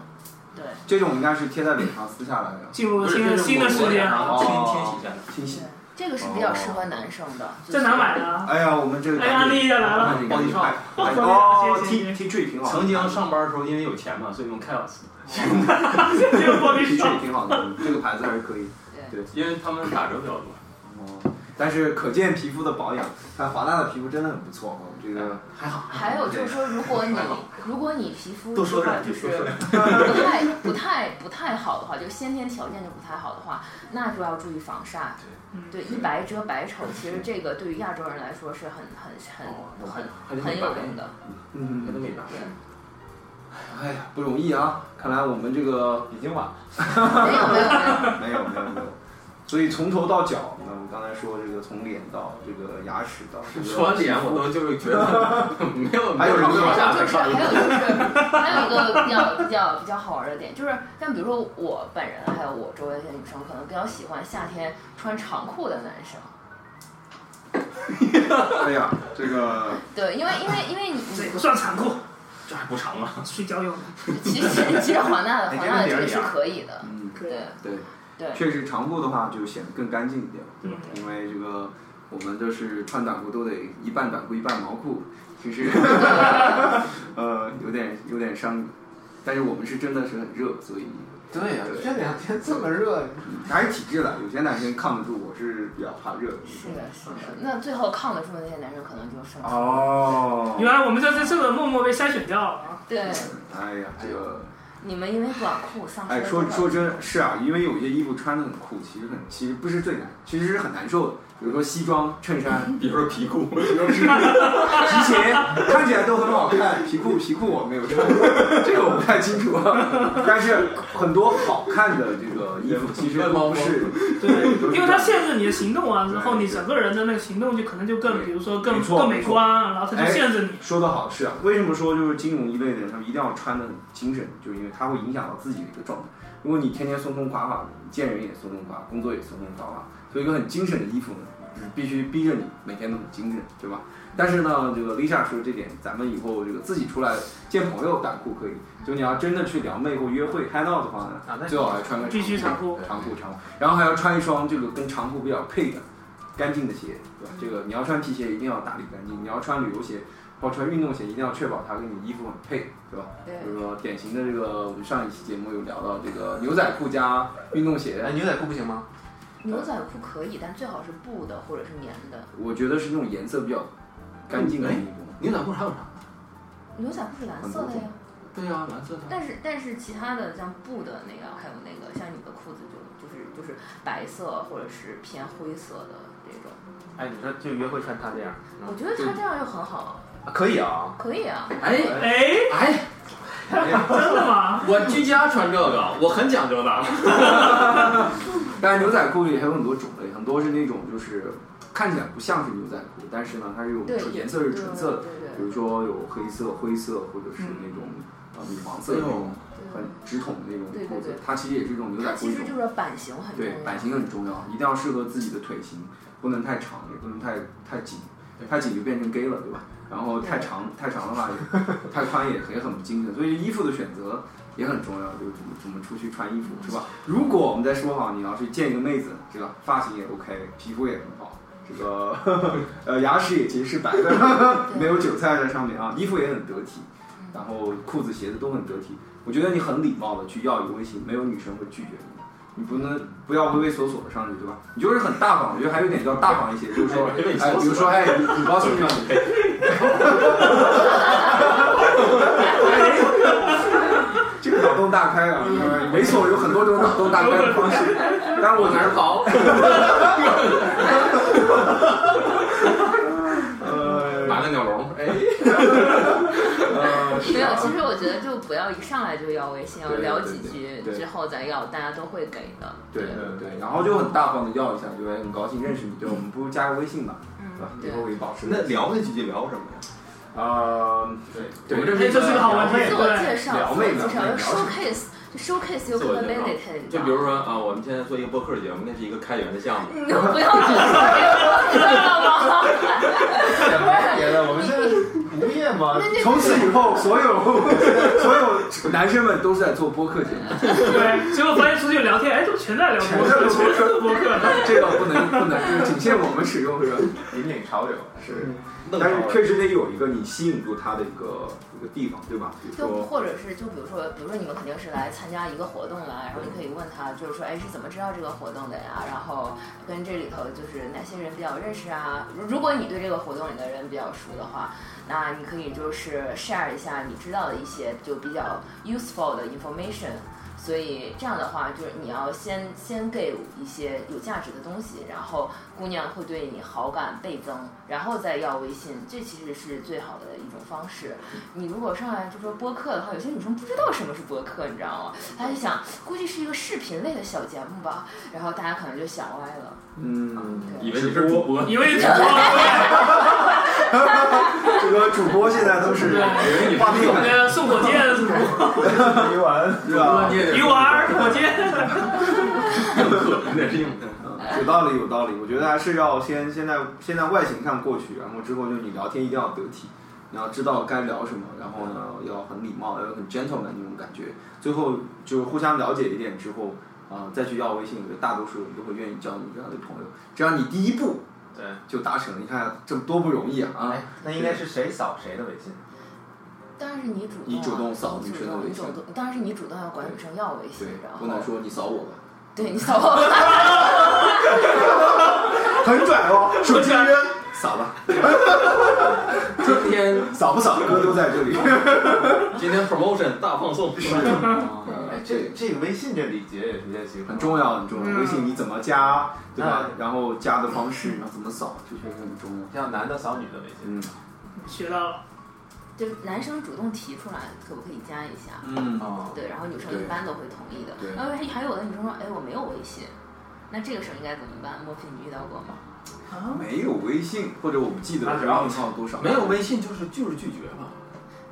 D: 对，
E: 这种应该是贴在脸上撕下来的，
C: 进入
B: 不
C: 了
B: 是
C: 新的
B: 这是
C: 新的世
B: 我
C: 界
B: 脸。上
E: 哦
B: 清清洗一下的。
E: 清洗哦
D: 对。这个是比较适合男生的。就是
C: 在哪买的啊？
E: 哎呀，啊我们这个
C: 哎，安利一下来了。
E: 赶紧拍
C: 哦
E: 哦
C: 谢谢
E: ，T T 恤挺好的，
B: 曾经上班的时候，因为有钱嘛，所以用 Kiehl's，
C: 这个玻
E: T 恤
C: 璃霜，
E: 挺好的，这个牌子还是可以。
D: 对，
B: 因为他们打折比较多。
E: 哦，但是可见皮肤的保养，看华纳的皮肤真的很不错哦，这个
B: 还好，
D: 还有就是说，如果你如果你皮肤
B: 嗯多说两
D: 就
B: 句
D: 是
B: 多说
D: 不太不太不太好的话，就先天条件就不太好的话，那就要注意防晒。嗯对，一白遮百丑，其实这个对于亚洲人来说是很很
B: 哦，
D: 很
B: 还还
D: 哎很
B: 得
D: 很
B: 美白
D: 有，用的。
E: 嗯
B: 还得美白。
E: 哎呀，不容易啊！看来我们这个
A: 已经晚了。
D: 没有没有没
E: 没
D: 有，
E: 有没有没有。所以从头到脚，那我们刚才说这个从脸到这个牙齿到这个
B: 说完脸，我都就是觉得没有没
E: 还有
B: 有 什
E: 人
B: 么往下
D: 就是还
B: 看
D: 有就是还有一个比较比较比较好玩的点，就是像比如说我本人还有我周围的女生，可能比较喜欢夏天穿长裤的男生。
E: 哎呀，这个
D: 对，因为因为因为你
C: 这也不算残酷，
B: 这还不长啊。
C: 睡觉用的。
D: 其实其实华纳的
A: 哎
D: 华纳的
A: 这
D: 这
A: 个
D: 个
A: 点
D: 是
A: 儿
D: 可以的，
E: 嗯，
D: 对
E: 对，
D: 对
E: 确实长裤的话就显得更干净一点，
C: 嗯
E: 因为这个我们就是穿短裤都得一半短裤一半毛裤，其实呃有点有点伤，但是我们是真的是很热，所以
A: 对呀、
E: 对
A: 这两天这么热，
E: 还是体质了，有些男生抗得住，我是比较怕热的。
D: 是的是的。那最后抗得住的那些男生可能就是
E: 哦
C: 原来我们在这这个默默被筛选掉了啊！
D: 对
E: 哎呀，这个。
D: 你们因为短裤丧失
E: 哎，
D: 了
E: 说
D: 多少
E: 说真是啊，因为有些衣服穿的很酷，其实很其实不是最难，其实是很难受的。比如说西装、衬衫、
B: 比如说皮裤，
E: 皮鞋，看起来都很好看。皮裤皮裤我没有穿，这个我不太清楚啊。但是很多好看的这个衣服其实都不是，对，都是
C: 因为它限制你的行动啊，然后你整个人的那个行动就可能就更，比如说更
E: 没错
C: 更美观啊，然后它
E: 哎
C: 就限制你。
E: 说得好是啊，为什么说就是金融一类的人，他们一定要穿的很精神，就是因为它会影响到自己的一个状态。如果你天天松松垮垮的，你见人也松松垮，工作也松松垮垮，所以一个很精神的衣服呢，就是必须逼着你每天都很精神，对吧？但是呢，这个 Lisa 说这点，咱们以后这个自己出来见朋友短裤可以，就你要真的去撩妹或约会 hang out 的话
A: 啊
E: 呢，
A: 那
E: 最好还穿个
C: 必须长裤
E: 长裤长裤，然后还要穿一双这个跟长裤比较配的干净的鞋，对
D: 嗯
E: 吧？这个你要穿皮鞋一定要打理干净，你要穿旅游鞋或者穿运动鞋一定要确保它跟你衣服很配，对吧？
D: 对
E: 比如说典型的这个，我们上一期节目有聊到这个牛仔裤加运动鞋
A: 哎，，牛仔裤不行吗？
D: 牛仔裤可以，但最好是布的或者是棉的。
E: 我觉得是那种颜色比较干
D: 嗯
E: 净的
D: 哎
E: 衣服，
B: 牛仔裤还有啥？
D: 牛仔裤是蓝色
E: 嗯
D: 的呀，
B: 对呀、蓝色的。
D: 但是但是其他的像布的那个，还有那个像你的裤子就就是就是白色或者是偏灰色的这种，
A: 哎，你说就约会穿它这样，
D: 我
A: 嗯
D: 觉得穿这样就很好，
A: 啊可以啊。
D: 可以啊。
B: 哎
C: 哎，
B: 哎，
C: 真的吗？
B: 我居家穿这个，我很讲究的。
E: 但是牛仔裤也有很多种类，很多是那种就是看起来不像是牛仔裤，但是呢它是有
D: 对，
E: 纯颜色是纯色的，
D: 对对
E: 比如说有黑色、灰色或者是那种呃米黄色的那种很
D: 对
E: 直筒的那种
D: 对对
E: 裤子
D: 对，
E: 它其实也是一种牛
D: 对，
E: 仔
D: 它
E: 裤一
D: 其
E: 种
D: 实就是版型很重
E: 对，
D: 要。
E: 版型很重要，一定要适合自己的腿型，不能太长，也不能太太紧，太紧就变成 gay 了，对吧？然后太长太长的话也，太宽也也很不精神，所以衣服的选择也很重要，就是怎么怎么出去穿衣服，是吧？如果我们再说好，你要去见一个妹子，对吧？发型也 OK，皮肤也很好。这个 呃牙齿也结实白的，没有韭菜在上面啊，衣服也很得体，
D: 嗯
E: 然后裤子鞋子都很得体。我觉得你很礼貌的去要一个微信，没有女生会拒绝你。你不能不要畏畏缩缩的上去，对吧？你就是很大方，我觉得还有点叫大方一些，就是说，哎，比如说，哎，你你高兴吗？你这个脑洞大开啊！猥琐有很多种脑洞大开的方式，但是我
B: 往哪
E: 觉
B: 儿
E: 得，
B: 跑？
E: 呃
B: 拿个鸟笼。哎，
E: 呃，
D: 没
E: 是
D: 有
E: 啊，
D: 其实我觉得就不要一上来就要微信，要
E: 对对
D: 聊
E: 对
D: 几
E: 对
D: 句
E: 对
D: 之后再要，大家都会给的。
E: 对对对，然后就很大方的要一下，就哎很高兴认识你，对，我们不如加个微信吧，对
D: 嗯
E: 吧？以后可以保持
B: 聊那几句聊什么呀？
E: 啊，
B: 对，
E: 对，
C: 这是一个好玩的
D: 自我介绍，
E: 聊
D: 自我
E: 妹子
D: 介绍
E: 聊
D: 要
E: 什么
D: showcase，就 showcase
B: 自
D: your
B: 我介绍
D: capability。
B: 就比如说啊，我们现在做一个播客节目，那是一个开源的项目。
D: 你就不要总说这个，知 道吗？
A: 别的，我们这无业嘛，
E: 从此以后，所有所有男生们都是在做播客节 目，
C: 对，结果发现出去聊天，哎，怎么全在聊播客，全在聊播客呢？
E: 这个不能不能，这个仅限我们使用，是吧？
A: 引领潮流。
E: 是，
C: 嗯
B: 弄
E: 但
B: 好
E: 是
B: 了
E: 确实得有一个你吸引住他的一个一个地方，对吧？比如
D: 就
E: 说，
D: 或者是就比如说，比如说你们肯定是来参加一个活动来，然后你可以问他，就是说，哎，是怎么知道这个活动的呀？然后跟这里头就是哪些人比较认识啊？如如果你对这个活动里的人比较熟的话，那你可以就是 share 一下你知道的一些就比较 useful 的 information。所以这样的话，就是你要先先给一些有价值的东西，然后姑娘会对你好感倍增，然后再要微信，这其实是最好的一种方式。你如果上来就说播客的话，有些女生不知道什么是播客，你知道吗？她就想估计是一个视频类的小节目吧，然后大家可能就想歪了。
E: 嗯，
D: 对
B: 以为你是主播，
C: 以为主播，
E: 这个主播现在都是
B: 以为你
E: 画面
C: 那个送火箭的主播，
E: 鱼丸，对吧？
B: 你也得
C: 鱼丸火箭，
B: 硬客， 你得是硬客。
E: 嗯有道理，有道理。我觉得还是要先现在现在外形看过去，然后之后就是你聊天一定要得体，你要知道该聊什么，然后呢要很礼貌，要很 gentleman 那种感觉。最后就是互相了解一点之后，啊、再去要微信，我觉得大多数人都会愿意交你这样的朋友。这样你第一步
A: 对，
E: 就达成了，你看这多不容易啊！啊
A: 哎，那应该是谁扫谁的微信？
D: 当然是你主动、啊，
E: 你主动扫
D: 你
E: 女
D: 主
E: 生的
D: 动，
E: 微
D: 你
E: 信
D: 主动，当然是你主动要管女生要微信
E: 对，，
D: 然
E: 不能
D: 后
E: 说你扫我吧，
D: 对你扫我，
E: 很拽哦，手机扔，扫吧，
B: 今天
E: 扫不扫，哥都在这里。
B: 今天 promotion 大放 送，
A: 哎，这
E: 对。
A: 这个微信这礼节也是件机会，
E: 很重要，很重要。
C: 嗯
E: 微信你怎么加，对吧？
A: 嗯
E: 然后加的方式，然后怎么扫，这确实很重要。
A: 要男的扫女的微信。
E: 嗯
C: 学到了，
D: 就是男生主动提出来，可不可以加一下？
E: 嗯
A: 哦，
D: 对，然后女生
E: 对
D: 一般都会同意的。
E: 对
D: 然后还还有的女生说，哎，我没有微信，那这个时候应该怎么办？莫非你遇到过吗？
C: 啊，
E: 没有微信，或者我不记得
A: 那
E: 我
A: 是
E: 微信号多少，
B: 没有微信就是就是拒绝了。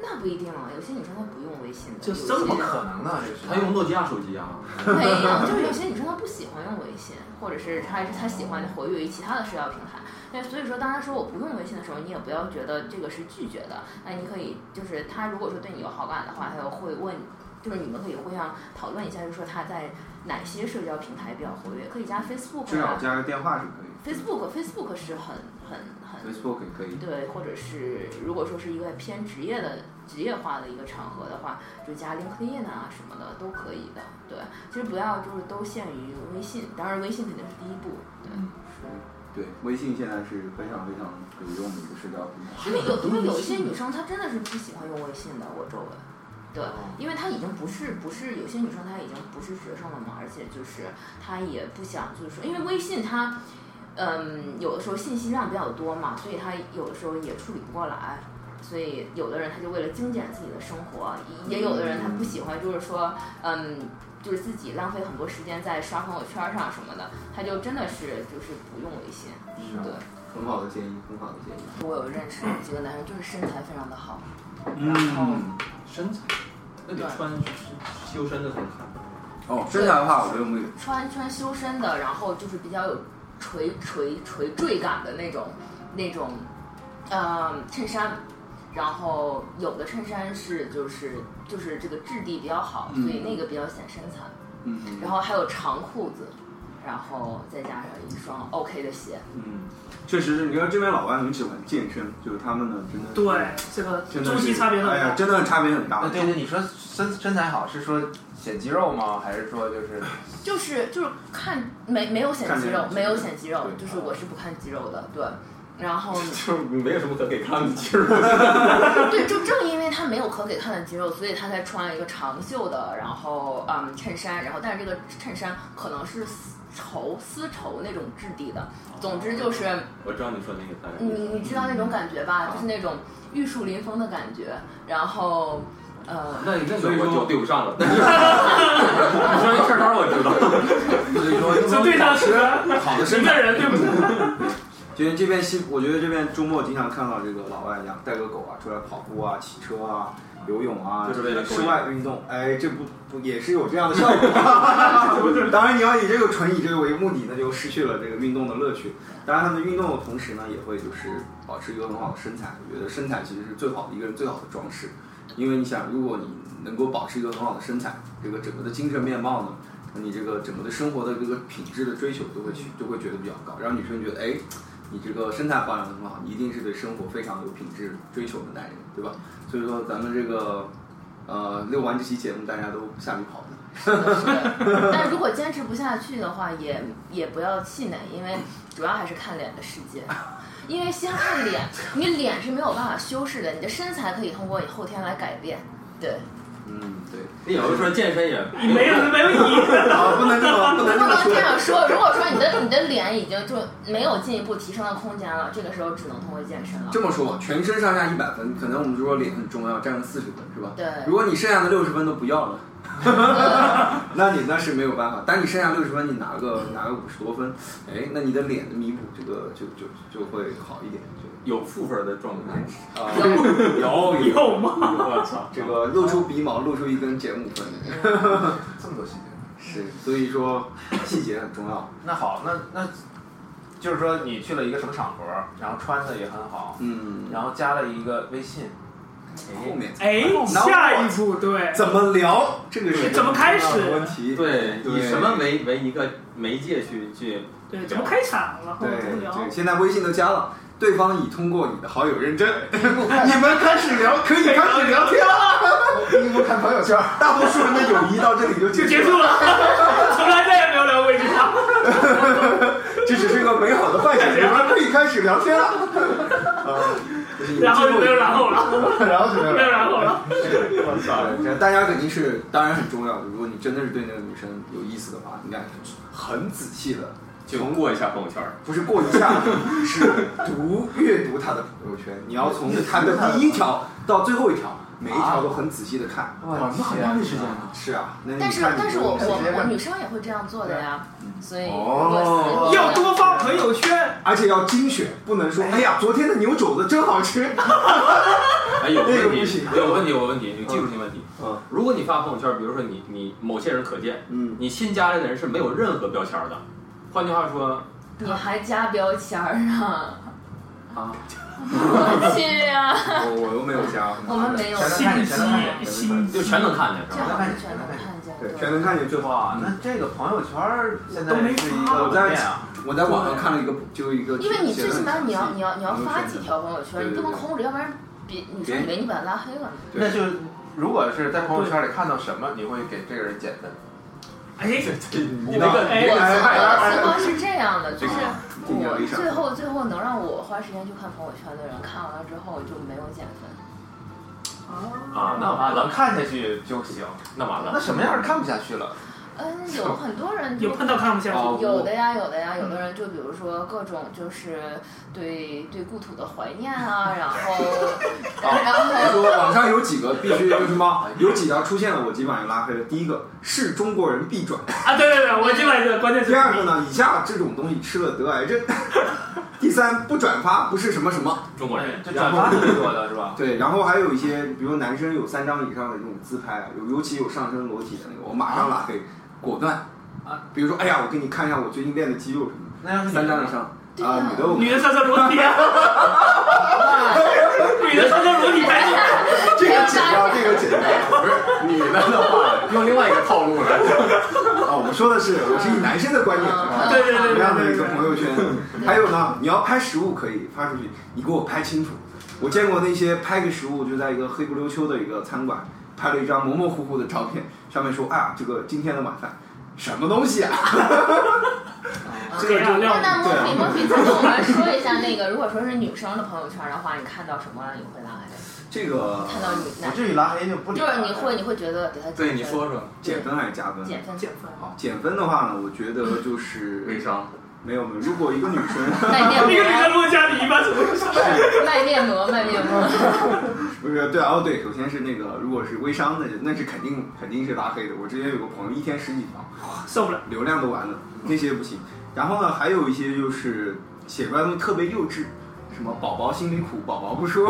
D: 那不一定啊，有些女生她不用微信的，
C: 这
D: 有些
C: 怎
A: 怎么可能呢？啊这是
B: 他用诺基亚手机啊，
D: 没有，就是有些女生她不喜欢用微信，或者是她她喜欢活跃于其他的社交平台。那所以说，当她说我不用微信的时候，你也不要觉得这个是拒绝的。那你可以就是她如果说对你有好感的话，她就会问，就是你们可以互相讨论一下，就是说她在哪些社交平台比较活跃，可以加 Facebook
E: 至少
D: 啊
E: 加个电话是可以。
D: ，Facebook Facebook 是很很很
E: Facebook 也可以。
D: 对，或者是如果说是一个偏职业的职业化的一个场合的话，就加 LinkedIn 啊什么的都可以的。对，其实不要就是都限于微信，当然微信肯定是第一步。对，
E: 对，微信现在是非常非常可以用的一个社交平台。
D: 因为有因为有一些女生她真的是不喜欢用微信的，我周围。对
A: 哦，
D: 因为她已经不是不是有些女生她已经不是学生了嘛，而且就是她也不想就是说，因为微信它，嗯，有的时候信息量比较多嘛，所以她有的时候也处理不过来，所以有的人他就为了精简自己的生活，也有的人他不喜欢就是说，嗯，就是自己浪费很多时间在刷朋友圈上什么的，他就真的是就是不用微信，对。
E: 很好的建议，很好的建议。
D: 我有认识几个男生，就是身材非常的好，
E: 嗯，
B: 身材，那得穿修身的才看。
E: 哦，身材的话，我觉得我们有
D: 穿穿修身的，然后就是比较有垂垂垂坠感的那种那种，呃，衬衫。然后有的衬衫是就是就是这个质地比较好，所以
E: 嗯
D: 那个比较显身材。
E: 嗯
D: 然后还有长裤子，然后再加上一双 OK 的鞋。
E: 嗯，确实是，你看这边老外很喜欢健身，就是他们呢真的
C: 对，这个
E: 真的
C: 中西
E: 是
C: 差别很
E: 哎呀，
C: 大，
E: 真的差别很大
A: 啊，。对对，你说身身材好是说显肌肉吗？还是说就是
D: 就是就是看没没有显
E: 看
D: 肌
E: 见
D: 肉，没有显肌肉，
E: 对嗯
D: 就是我是不看肌肉的，对。然后
B: 就是没有什么可给看的，其实。
D: 对，就正因为他没有可给看的肌肉，所以他才穿了一个长袖的，然后嗯衬衫，然后但是这个衬衫可能是丝绸丝绸那种质地的，总之就是嗯
B: 我知道你说那个大概
D: 你你知道那种感觉吧，就是那种玉树临风的感觉，然后呃
B: 那你那
E: 所以
B: 个
E: 说
B: 我就对不上了。但是你说那衬衫我知道，
E: 所以说，
C: 这对上时
E: 好的身
C: 十
E: 材
C: 个人对不对？
E: 觉得这边西，我觉得这边周末经常看到这个老外养带个狗啊，出来跑步啊、骑车啊、游泳啊，
B: 就是为了狗
E: 室外运动。哎，这不不也是有这样的效 果？当然，你要以这个纯以这个为目的，那就失去了这个运动的乐趣。当然，他们运动的同时呢，也会就是保持一个很好的身材。我觉得身材其实是最好的一个人最好的装饰，因为你想，如果你能够保持一个很好的身材，这个整个的精神面貌呢，那你这个整个的生活的这个品质的追求都会去就会觉得比较高，让女生觉得哎。你这个身材保养的很好，你一定是对生活非常有品质追求的男人，对吧？所以说咱们这个，呃，录完这期节目，大家都不下去跑的。
D: 是 的，但如果坚持不下去的话，也也不要气馁，因为主要还是看脸的世界。因为先看脸，你脸是没有办法修饰的，你的身材可以通过你后天来改变。对，
F: 嗯，对。
B: 那哎有 的说健身也
C: 没有没有你，
F: 啊，不能这么不能
D: 不
F: 这么
D: 能
F: 说
D: 这。样说。如果说你的你的脸已经就没有进一步提升的空间了，这个时候只能通过健身了。
E: 这么说吧，全身上下一百分，可能我们就说脸很重要，占了四十分，是吧？
D: 对
E: 如果你剩下的六十分都不要了， 那你那是没有办法。但你剩下六十分，你拿个拿个五十多分，哎，那你的脸的弥补这个就就就会好一点。就
B: 有负分的状态。
E: 啊，
B: 有
C: 有吗？
B: 我操，
E: 这个露出鼻毛，露出一根减五分，
A: 这么多细节。
E: 是，所以说细节很重要。
A: 那好，那那就是说你去了一个什么场合，然后穿的也很好，
E: 嗯，
A: 然后加了一个微信，
E: 后面
C: 哎，下一步对，
E: 怎么聊这个是
C: 怎么开始
E: 很重要的问题？
B: 对，以
E: 对
B: 什么为为一个媒介去去？
C: 对，怎么开场，然后怎么聊，
E: 对，现在微信都加了，对方已通过你的好友认证， 你们开始聊，可以开始聊天了。
A: 第一步看朋友圈，
E: 大多数人的友谊到这里就
C: 就
E: 结
C: 结
E: 束，
C: 束了， 从来再也没有聊过一句话。
E: 这只是一个美好的幻想，你们可以开始聊天了。啊，这是你们
C: 然后就没有
E: 进入
C: 然后了，
A: 然后就没有
C: 没有
A: 了。
C: 然后了。
A: 我操！
E: 对大家肯定是，当然很重要。如果你真的是对那个女生有意思的话，应该很仔细的，
B: 就过一下朋友圈儿。
E: 不是过一下，是读阅读她的朋友圈。你要从她的第一条到最后一条，每一条都很仔细的看。
A: 哇，那很浪费时间啊！
E: 是啊，那你
D: 但是
E: 看你
D: 但是
E: 多有
D: 我
E: 意思
A: 直接
D: 我我
A: 问
D: 女生也会这样做的呀，所以
A: 哦
D: 如果
C: 要多发朋友圈，
E: 而且要精选，不能说哎呀，昨天的牛肘子真好吃。
B: 哎，有
E: 那个
B: 问
E: 不
B: 题
E: 行，
B: 有问题，有问题，有技术性问题。
E: 嗯，
B: 如果你发朋友圈，比如说你你某些人可见，
E: 嗯，
B: 你新加来的人是没有任何标签的。换句话说，
D: 你还加标签儿啊？
B: 啊，
D: 我去呀！
E: 我我又没有加，
D: 我们没有
A: 全能看见，全能看见，
C: 信息
B: 就全能看见，
D: 这
B: 是吧？
D: 好像全能看见，
E: 对，全能看见最后
A: 哇
E: 啊，。
A: 那这个朋友圈儿现在
C: 都没
A: 是一
C: 发
A: 个
E: 我在
A: 变啊，
E: 我在网上看了一个，就一个，
D: 因为你最起码你要你要你要发几
E: 条。
D: 条朋友圈，你不能空着，要不然别女生以为你把他拉黑了。
E: 对
A: 那就如果是在朋友圈里看到什么，你会给这个人减分。
C: 哎，
E: 你
B: 那个
D: 我
C: 哎
D: 的
E: 哎哎哎
D: 情况是这样的，就是
E: 这个有理
D: 我
E: 想
D: 最后最后能让我花时间去看朋友圈的人，看完了之后就没有减分。
B: 啊，那完
A: 能
B: 了，
A: 看下去就行。
B: 那完
A: 那
B: 了，
A: 什么样儿看不下去了？
D: 嗯，有很多人就
C: 有碰到看不下去，
B: 哦
D: 有的呀，有的呀，有的人就比如说各种就是对对故土的怀念啊，然后然
E: 我
D: 后
E: 说网上有几个必须就是什么，有几条出现了，我基本上就拉黑了。第一个是中国人必转，
C: 啊，对对对，我基本上就是关键是
E: 第二个呢，以下这种东西吃了得癌症。 第三，不转发不是什么什么，
B: 中国人
A: 就 转发特别多的是吧？
E: 对，然后还有一些，比如男生有三张以上的这种自拍啊，有尤其有上身裸体的那个，我马上拉黑，果断
A: 啊。
E: 比如说，哎呀，我给你看一下我最近练的肌肉什么
A: 那要是
E: 的，
A: 你
E: 三张
A: 呢
E: 以上
D: 对
E: 啊
D: 呀，
E: 女的我
C: 女的上身裸体啊，女的上身裸体拍照，
E: 这个剪掉，这个剪掉，不是女的的话，
B: 用另外一个套路来，
E: 啊，我说的是，我是以男生的观点是吧？
C: 对对对
E: 这样的
C: 对
E: 一个
C: 对
E: 朋友圈。还有呢，你要拍食物可以发出去，你给我拍清楚。我见过那些拍个食物就在一个黑不溜秋的一个餐馆，拍了一张模模糊糊的照片，上面说啊，这个今天的晚饭什么东西啊？ 这个就
D: 嗯那那
E: 对啊
D: 莫比莫比再跟我们说一下那个，如果说是女生的朋友圈的话，你看到什么了你会拉黑？
E: 这个
D: 看到你
A: 不
D: 男，
A: 至于拉黑就不理
D: 就
A: 他了。
D: 是你会你会觉得给他减分
B: 说，
E: 减分还是加分？
D: 减分
C: 减分。
E: 好，减分的话呢，我觉得就是
B: 微商，
E: 没有没有，如果一个女生
D: 卖面
C: 那个女生
D: 膜，
C: 落家里一般怎么回事？
D: 卖面膜，卖面膜。
E: 不是对哦对，首先是那个如果是微商的，那是肯定肯定是拉黑的。我之前有个朋友一天十几条。
C: 受不了，
E: 流量都完了，那些不行。然后呢，还有一些就是写出来的东西特别幼稚，什么宝宝心里苦，宝宝不说，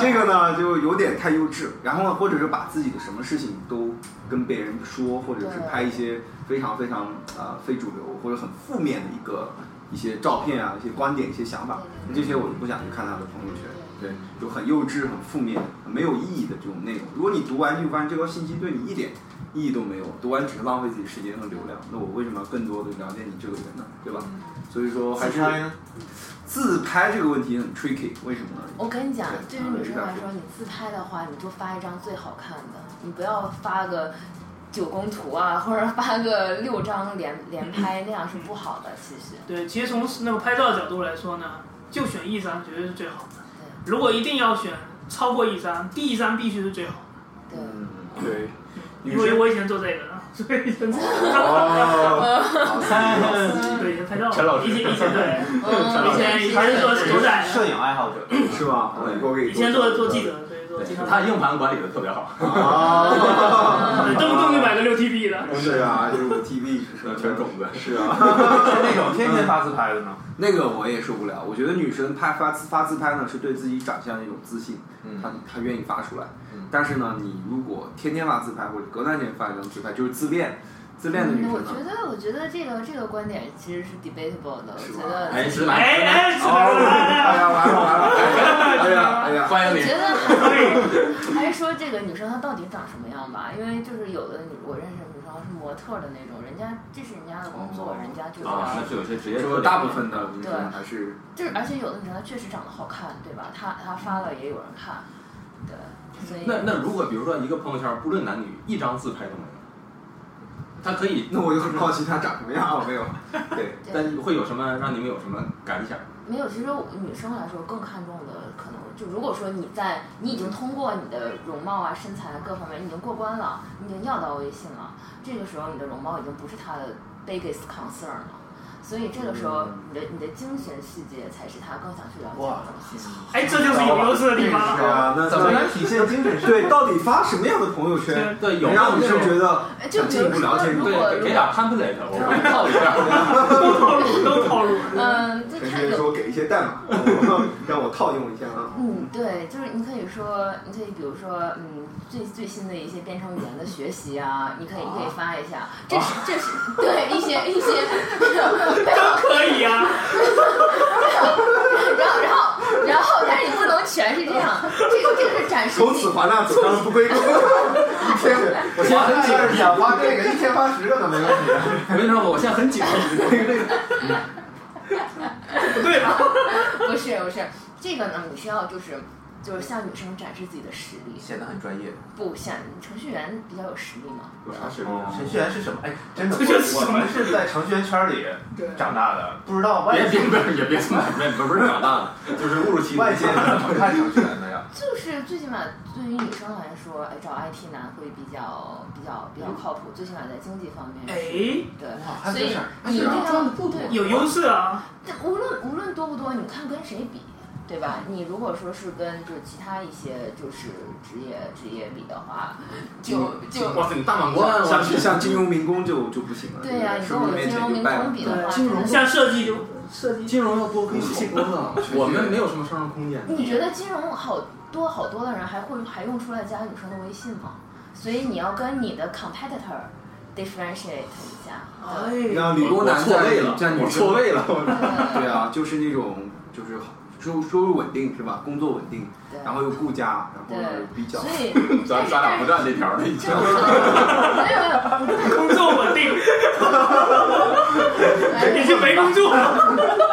E: 这个呢就有点太幼稚。然后呢，或者是把自己的什么事情都跟别人说，或者是
D: 对
E: 拍一些非常非常呃非主流或者很负面的一个一些照片啊、一些观点、一些想法，这些我就不想去看他的朋友圈。对，就很幼稚、很负面、很没有意义的这种内容。如果你读完就发现这条信息对你一点意义都没有，读完只是浪费自己时间和流量，那我为什么要更多的了解你这个人呢？对吧？所以说还
A: 还是
E: 是自拍这个问题很 tricky，为什么呢？
D: 我跟你讲，对
E: 对
D: 于女生来说，你自拍的话，你就发一张最好看的，你不要发个九宫图啊，或者发个六张连连拍，那样是不好的。其实，
C: 对，其实从那个拍照的角度来说呢，就选 E E 一张绝对是最好的。如果一定要选超过一张，第一张必须是最好的。
D: 对，
E: 嗯
A: 对，
C: 因为我以前做这个的，所以以 前做
E: 哦，
C: 对以前拍照，
B: 陈老师
C: 以前以前对，
D: 嗯
C: 以前以前是做牛仔
A: 摄
C: 的，
A: 影爱好者，
E: 是吧？我给
C: 以前做做记者，对做记者，
B: 他硬盘管理的特别好，
E: 啊，
C: 对动不动就买个六 TB 的，
E: 是啊，就是 TV 是吧
B: 全种子。
E: 是啊。
A: 是那种天天发自拍的呢。
E: 那个我也受不了，我觉得女生拍发自发自拍呢，是对自己长相的一种自信，
A: 嗯
E: 她她愿意发出来。
A: 嗯
E: 但是呢，你如果天天发自拍或者隔三天发一张自拍，就是自恋，自恋的女
D: 嗯我
E: 生呢
D: 觉，得，我觉得这个这个观点其实是 debatable 的。
E: 是
D: 我
E: 吧哦
D: 觉得，
B: 哎，直
C: 哎
B: 男，
C: 哎，是的，
E: 哎呀完了完了， 哎
C: 啊
E: 呀哎呀，
B: 欢
D: 我
B: 迎你
D: 觉。得还是还是说这个女生她到底长什么样吧，因为就是有的女我认识的女生是模特的那种，人家这是人家的工
E: 哦
D: 作，人家就是
B: 啊，那
D: 要
B: 是有些职业特
E: 就
B: 点
E: 大部分的女
D: 对
E: 生还是
D: 就是，而且有的女生她确实长得好看，对吧？她她发了也有人看，对，所以
B: 那那如果比如说一个朋友圈不论男女，一张自拍都没有，他可以，
E: 那我就很好奇她长什么样啊，没有，对，
D: 对
B: 但会有什么让你们有什么感想？
D: 没有，其实我女生来说更看重的可能就如果说你在你已经通过你的容貌啊、身材啊各方面你已经过关了，你已经要到微信了，这个时候你的容貌已经不是她的 biggest concern 了，所以这个时
E: 嗯
D: 候你的你的精神世界才是她更想去了解的东西。
C: 哎，这 就是有优势的地方。
E: 啊，那
A: 怎么能体现精神世界？
E: 对，到底发什么样的朋友圈，
B: 对，有
E: 能让女生觉得
D: 哎就比
E: 进一
D: 如
E: 步
D: 说
E: 了解你
D: 如果
B: 对，
D: 如
B: 给
D: 果
B: 俩 template，我们套一下。
C: 都套路，都套路。
D: 嗯，就
E: 陈
D: 看
E: 先
D: 有哎
E: 说给一些代码，我 让我套用一下啊。
D: 嗯，对，就是你可以说，你可以比如说，嗯，最最新的一些编程语言的学习啊，你可以你可以发一下，这是这是对一些一些，
C: 都可以啊，
D: 然后然后然后，但是你不能全是这样，这个这个是展示
E: 从
D: 你
E: 此华纳走上不归路。一天，我现在就是想发这个，一天发十个都没问题。
B: 我跟你说，我现在很紧张。
C: 不对吧？
D: 不是不是这个呢，你是要就是就是向女生展示自己的实力，
A: 显得很专业。
D: 不显程序员比较有实力嘛，
B: 有啥水平？
A: 程序员是什么？哎，真的，
C: 这 就是
A: 我我们是在程序员圈里
C: 对
A: 长大的，不 知道外
B: 别
A: 界
B: 别别也别这么别不是长大了，就是误入歧途。
A: 外界 怎么看程序员的呀？
D: 就是最起码对于女生来说，哎，找 IT 男会比较比较比较靠谱，最起码在经济方面是。
C: 哎，
D: 对，
E: 啊
A: 还
D: 啊
A: 有
D: 所以
A: 这事儿
D: 你这样对，
C: 有优势啊，
D: 但无论无论多不多，你看跟谁比，对吧？你如果说是跟就是其他一些就是职业职业比的话， 就就
B: 哇塞，你大满贯，嗯我
E: 像像金融民工就就不行了。
D: 对呀、你
E: 是
D: 跟
E: 不
D: 我
E: 是
D: 的
E: 面
D: 金
E: 积
D: 融
E: 就
D: 民
E: 败
D: 工
E: 了？
D: 比的话，
A: 金融
D: 真的
C: 像设计就设计，
B: 金融要多可以细工啊， 我们没有什么上升空间。
D: 你觉得金融好多好多的人还会还用出来加女生的微信吗？所以你要跟你的 competitor differentiate 一下。
C: 哎，
B: 啊
E: 让理工男
B: 错位
E: 在
B: 了
E: 在，女
B: 我错
E: 生，
B: 位了。
E: 对啊，就是那种就是收收入稳定是吧？工作稳定，
D: 对
E: 然后又顾家，然后
D: 对
E: 又比，较
D: 所。 以
B: 咱咱俩不站这条了，已经。
D: 没有没有，
C: 工作稳定， 也就没工作。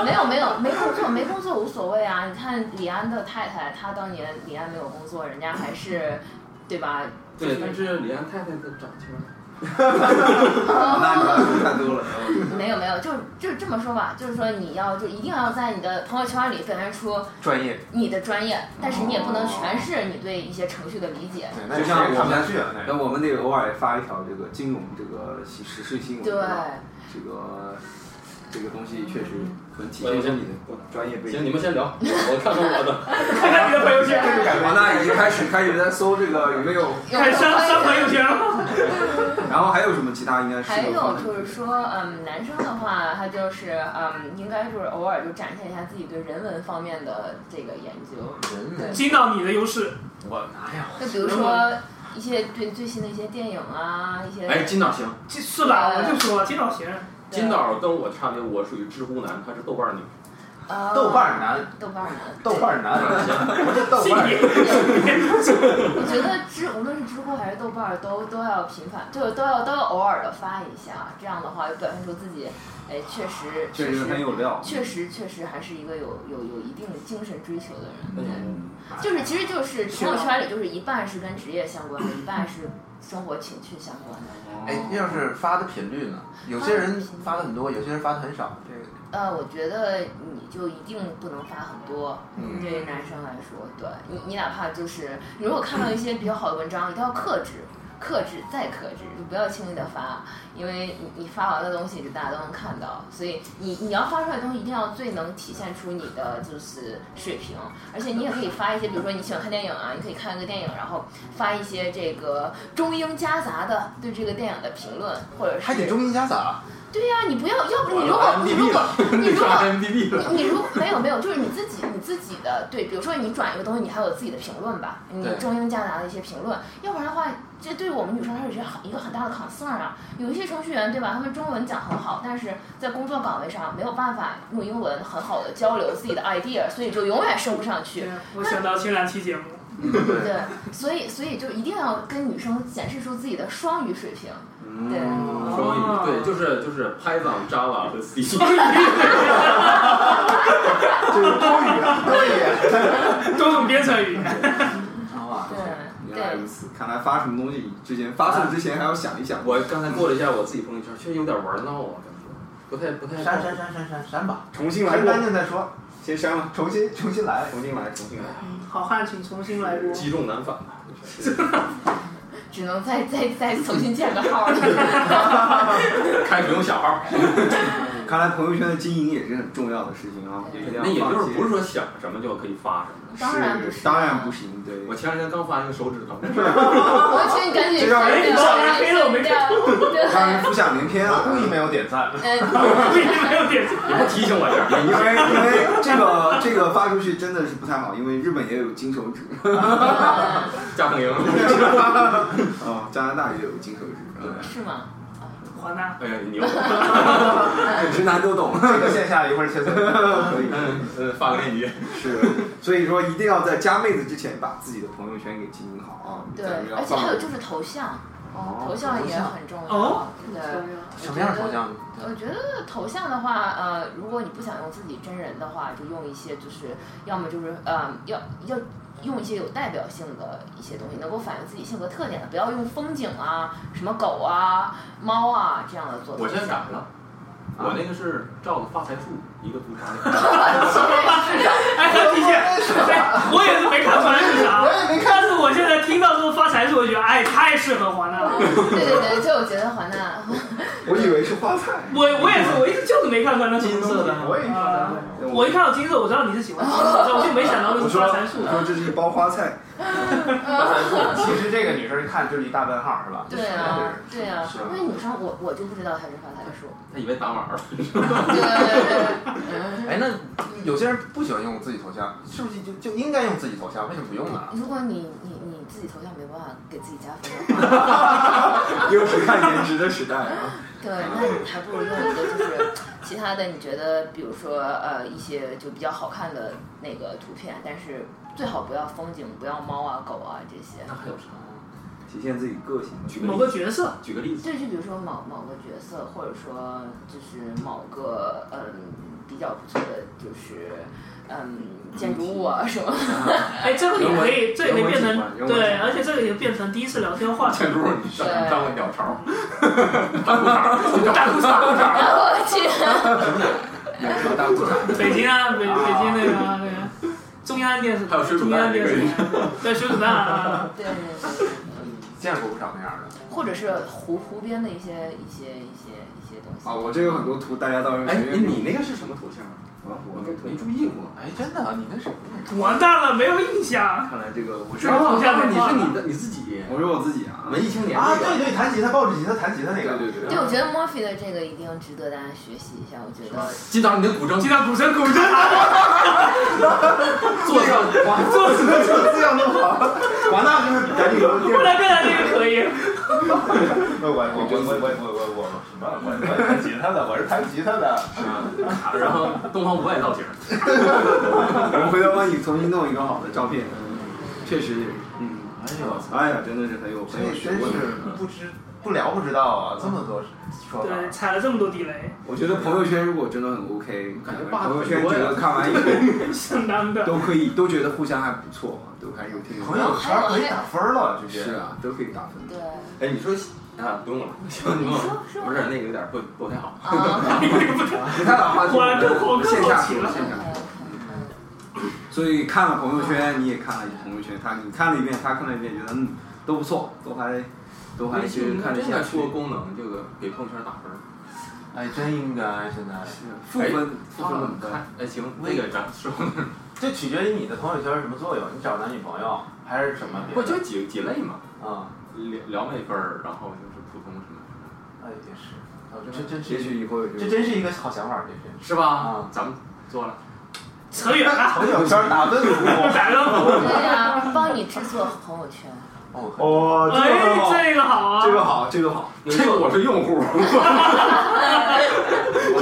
D: 没有没有没工作没工作无所谓啊！你看李安的太太，她当年李安没有工作，人家还是，对吧？
B: 对，但是李安太太的长相。
E: 那你要求太多了。
D: 没有没有，就是就是这么说吧，就是说你要就一定要在你的朋友圈里表现出
A: 专业，
D: 你的专业，但是你也不能全是你对一些程序的理解。
A: 对那
E: 就像
A: 谁
E: 我
A: 看不下
E: 们
A: 去
B: 哎
A: 了那
E: 那
A: 个。
E: 我们得偶尔发一条这个金融这个时时事新闻。
D: 对，
E: 这个这个东西确实能体现出你的专业背景
B: 行，。你们先聊，我看看我 的。
C: 看看你的朋友圈，
E: 华纳已经开始开始在搜这个有没有，
C: 看哎上上朋友圈了。
E: 然后还有什么其他应该是
D: 还
E: 有
D: 有
E: 放进
D: 就是
E: 去
D: 说，嗯，男生的话，他就是嗯，应该就是偶尔就展现一下自己对人文方面的这个研究，
A: 人
D: 对
A: 文，
C: 听到你的优势，
B: 我哪有？
D: 就比如说一些对最新的一些电影啊，一些
B: 哎，金导行，
C: 这是吧？我就说金老贤，
D: 对
B: 金导跟我差别，我属于知乎男，他是豆瓣女。
D: 啊
A: 豆瓣儿男，
D: 豆瓣儿男，
A: 豆瓣儿 男，不是豆
C: 性
A: 瓣儿。
C: 别
D: 我觉得知无论是知乎还是豆瓣儿都都要频繁，就都要都要偶尔的发一下，这样的话表现出自己，哎，确实
E: 确实很
D: 实
E: 有料。
D: 确实确实还是一个有有有一定精神追求的人，对，
B: 嗯
D: 就是其实就是朋友圈里就是一半是跟职业相关的，一半是生活情趣相关的。
B: 哦
A: 哎，要是发的频率呢？有些人发的很多，有些人发的很少。这个
D: 呃，我觉得你就一定不能发很多，
A: 嗯
D: 对于男生来说，对你你哪怕就是，你如果看到一些比较好的文章，一定要克制。克制再克制，就不要轻易的发，因为你你发完的东西就大家都能看到，所以你你要发出来的东西一定要最能体现出你的就是水平，而且你也可以发一些，比如说你喜欢看电影啊，你可以看一个电影，然后发一些这个中英夹杂的对这个电影的评论，或者是
A: 还得中啊英夹杂，
D: 对呀、你不要，要不你如果
B: 完了
D: 你如果你如果
B: MDB 了，
D: 你你如果没有没有，就是你自己你自己的对，比如说你转一个东西，你还有自己的评论吧，你
A: 对
D: 中英夹杂的一些评论，要不然的话，这对于我们女生还是一个很大的 concern 啊。有一些程序员对吧，他们中文讲很好，但是在工作岗位上没有办法用英文很好的交流自己的 idea，所以就永远升不上去。
C: 对，我想到前两期节目，
E: 嗯
D: 对，所以所以就一定要跟女生显示出自己的双语水平。
E: 嗯
D: 对，哦
B: 双语对，就是就是 Python、Java 和 C。
A: 就是多语 啊，多语。
C: 多种编程语言。
A: 啊，
D: 对
E: 原来
D: 对
E: 如。此，看来发什么东西之前发送之前还要想一想。
B: 我刚才过了一下我自己朋友圈，确实有点玩闹啊，感觉不太不太。
A: 删删删删删删吧，
E: 重新来
A: 删
E: 过
A: 干，净再说，
E: 先删了，
A: 重新重新来。
E: 重新来，重新 来。
C: 嗯好汉请重 新来过。
B: 积重难返吧。
D: 只能再再再重新建个号了。
B: 开始用小号，
E: 看来朋友圈的经营也是很重要的事情啊。一定要
B: 那也就是不
E: 放
B: 是说想什么就可以发什么。
D: 当然不
E: 弃
D: 是，啊
E: 当然不。行，对。
B: 我前两天刚发一个手指头，
D: 我去，你赶紧删掉，
C: 哎你把我拉黑了我没
D: 删掉。
E: 让人浮想联翩 啊！
A: 故意没有点赞，
D: 嗯，
C: 故意没有点
B: 你不提醒我一下？
E: 因为因为这个这个发出去真的是不太好，因为日本也有金手指，
B: 加藤鹰，
E: 啊，加拿大也有金手指，啊
D: 是吗？
C: 华纳，
B: 哎呀，你又
E: 直男都懂，
A: 这个线下一会儿切磋。
E: 可以。
B: 呃发个链接，
E: 是，所以说一定要在加妹子之前把自己的朋友圈给经营好啊。
D: 对
E: 咱们，要
D: 而且
E: 放
D: 还有就是头像，
E: 哦
D: 头像也很重要。
C: 哦
D: 对，
A: 什么样的头像呢？
D: 我觉得头像的话，呃，如果你不想用自己真人的话，就用一些就是要么就是呃要要用一些有代表性的一些东西，能够反映自己性格特点的，不要用风景啊、什么狗啊、猫啊这样的做头
B: 我
D: 像。
B: 现在改了，我那个是照的发财树，一个图片。
C: 哎，提醒，哎，我也是没看出来是啥，但是我现在听到这个发财树，我觉得哎，太适合华纳了。
D: 对对对，就我觉得华纳，
E: 我以为是花菜，
C: 我我也是，我一直就是没看出来那是
B: 金色的
E: 我也是花菜。
C: 我一看到金色，我知道你是喜欢金色的，我就没想到你是发财树
E: 我。说这是一包花菜，
A: 其实这个女生一看就是一大问号，是吧？
D: 对啊，对啊
E: 是啊，
D: 因为女生我我就不知道她是发财树，
B: 他以为打码了，
D: 对对对对。
A: 哎，那有些人不喜欢用自己头像，是不是就就应该用自己头像？为什么不用呢？
D: 如果你你你自己头像没办法给自己加分的话，
E: 又是看颜值的时代啊！
D: 对，那你还不如用一个就是其他的，你觉得比如说呃一些就比较好看的那个图片，但是最好不要风景，不要猫啊狗啊这些。
B: 那还有啥？
E: 体现自己个性的，
C: 某个角色，
B: 举个例子，
D: 对，就比如说某某个角色，或者说就是某个嗯比较不错的就是嗯建筑物啊什么。
C: 哎，这个也可以，这也可以变
E: 人文景观
C: 成
E: 人文景观
C: 对，而且这个也变成第一次聊天话题
B: 建。筑物你上
D: 对
B: 张个鸟 巢， 大裤衩，大裤衩，
D: 我去，
E: 大裤衩，
C: 北京啊，北北京那个啊那个中央电视
B: 还有
C: 台，
B: 水煮
C: 中
B: 蛋
C: 央
B: 也
C: 电
B: 可
C: 视
B: 以
C: 台，对水煮蛋啊，
D: 对对对，
A: 见过不少那样的。
D: 或者是湖湖边的一些一些一些一些东西。
E: 啊，我这有很多图，大家到时候
B: 哎
E: 随，便
B: 你那个是什么头像
E: 啊
B: 啊？我
E: 我
B: 没
E: 没
B: 没注意过。
A: 哎，真的，你那是
C: 完蛋了，没有印象。
E: 看来这个我是
C: 这个头像
B: 那
C: 很
B: 你
C: 棒
B: 是你的你自己
E: 我是我自己啊，
B: 文艺青年
A: 啊，
B: 这个
A: 对对，弹吉他，抱着吉他弹吉他那个，
E: 对对
D: 对，我觉得 Murphy 的这个一定值得大家学习一下。我觉得，
B: 金导，你的古筝，
C: 今天鼓声鼓声，
B: 坐上去，哇，
E: 做什么做这样那么 好，完了就是赶紧给我
C: 不然变成这个可以。
A: 我我我我我我我我我什么？我我弹吉他的，我是弹吉他的。
B: 然后东方不败造型，
E: 我们回头帮你重新弄一个好的照片，确实也是，嗯，
A: 哎呦，
E: 哎呀，真的是很有
A: 这
E: 很有学
A: 真
E: 问。
A: 是不知不聊不知道啊，这么多说法。
C: 对，踩了这么多地雷，
E: 我觉得朋友圈如果真的很 OK，
B: 感觉
E: 朋友
B: 爸
E: 圈觉
B: 很多
E: 得
B: 呀
E: 看完以后
C: 相当的。
E: 都可以，都觉得互相还不错嘛，都还有挺有
A: 朋友圈可以打分了，直接。
E: 是啊，都可以打分。
D: 对，
B: 哎，你说啊，不用了，
D: 你说
B: 不
D: 说
B: 是那个有点不不太好。
D: 啊，
E: 不太老话题，
C: 果然跟我
E: 我
C: 更
E: 们线下
C: 好奇
E: 说
C: 了
E: 线下说。所以看了朋友圈，你也看了朋友圈，他你看了一遍，他看了一遍，觉得嗯都不错，都还都还
B: 微
E: 是
B: 信
E: 看得
B: 真
E: 下
B: 该
E: 去
B: 出。个功能，这个给朋友圈打分儿。
A: 哎，真应该现在。
E: 负分负
B: 发
E: 分
B: 了
E: 怎么办？
B: 看，哎行，那个咱说，
A: 这取决于你的朋友圈是什么作用，你找男女朋友还是什么别
B: 不就
A: 的？
B: 几几类嘛，
A: 啊、
B: 聊聊妹分儿，然后就是普通什么，
A: 哎也是，哦这真
E: 也
A: 是，
E: 许以后有
A: 这真是一个好想法，这是。
B: 是吧
A: 啊？
B: 咱们做了，
C: 扯远了，
A: 朋友圈打分服
C: 打个火。
D: 对呀，帮你制作朋友圈，
A: 务。哦，
E: 哦，这个很好，
C: 哎，这个好啊，
E: 这个好，这个好，
B: 这个我是用户，
E: 我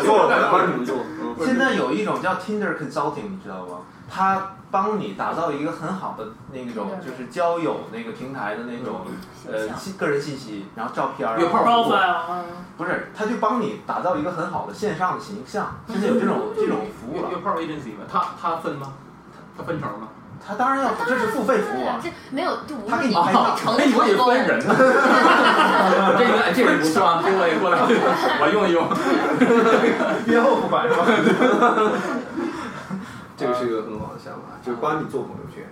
E: 做，我来帮你们做。嗯
A: 现在有一种叫 Tinder Consulting，你知道吗？它帮你打造一个很好的那种，
D: Tinder 嗯
A: 就是交友那个平台的那种
D: 形
A: 呃
D: 象
A: 信个人信息，然后照片儿啊
B: 约炮
C: profile
D: 嗯，
A: 不是，它就帮你打造一个很好的线上的形象。现在有这
C: 嗯
A: 种这种服务
B: 约
A: 了，
B: 炮 agency 嘛，他他分吗？他分成吗？
A: 它当然要，这是付费服务
D: 对呀
A: 啊，。
D: 这没有就无
A: 他
D: 论
A: 给你
D: 你
A: 拍照
D: 成
B: 哎，
D: 不
B: 我也
D: 成功
B: 分，人呢。 这个这个不错啊，这个也过来，我用一用。
A: 约后不管是吧？
E: 这个是一个很好的想法，就是帮你做朋友圈，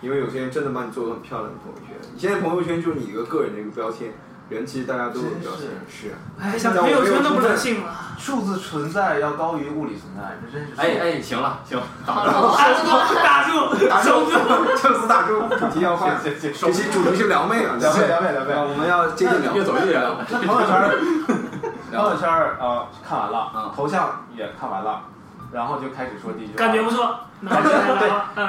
E: 因为有些人真的把你做的很漂亮的朋友圈。你现在朋友圈就是你一个个人的一个标签，人其实大家都有标签，是啊
C: 哎，想朋友圈都不能信了。
A: 数字存在要高于物理存在，这真是。
B: 哎，哎，行了行，
D: 好
B: 打
D: 了
C: 打住，打住，
E: 打
C: 手
E: 住，
C: 住。
E: 宙斯大叔主题要 换，
A: 行行
E: 这 期主题是撩妹啊，
A: 两位
E: 妹
A: 两位两
E: 啊，
A: 位，
E: 我们要接着聊
B: 越。走越远了。
A: 那朋友圈儿，朋友圈儿啊看完了
E: 嗯，
A: 头像也看完了，然后就开始说第一句话。
C: 感觉不错，那我先来吧。嗯，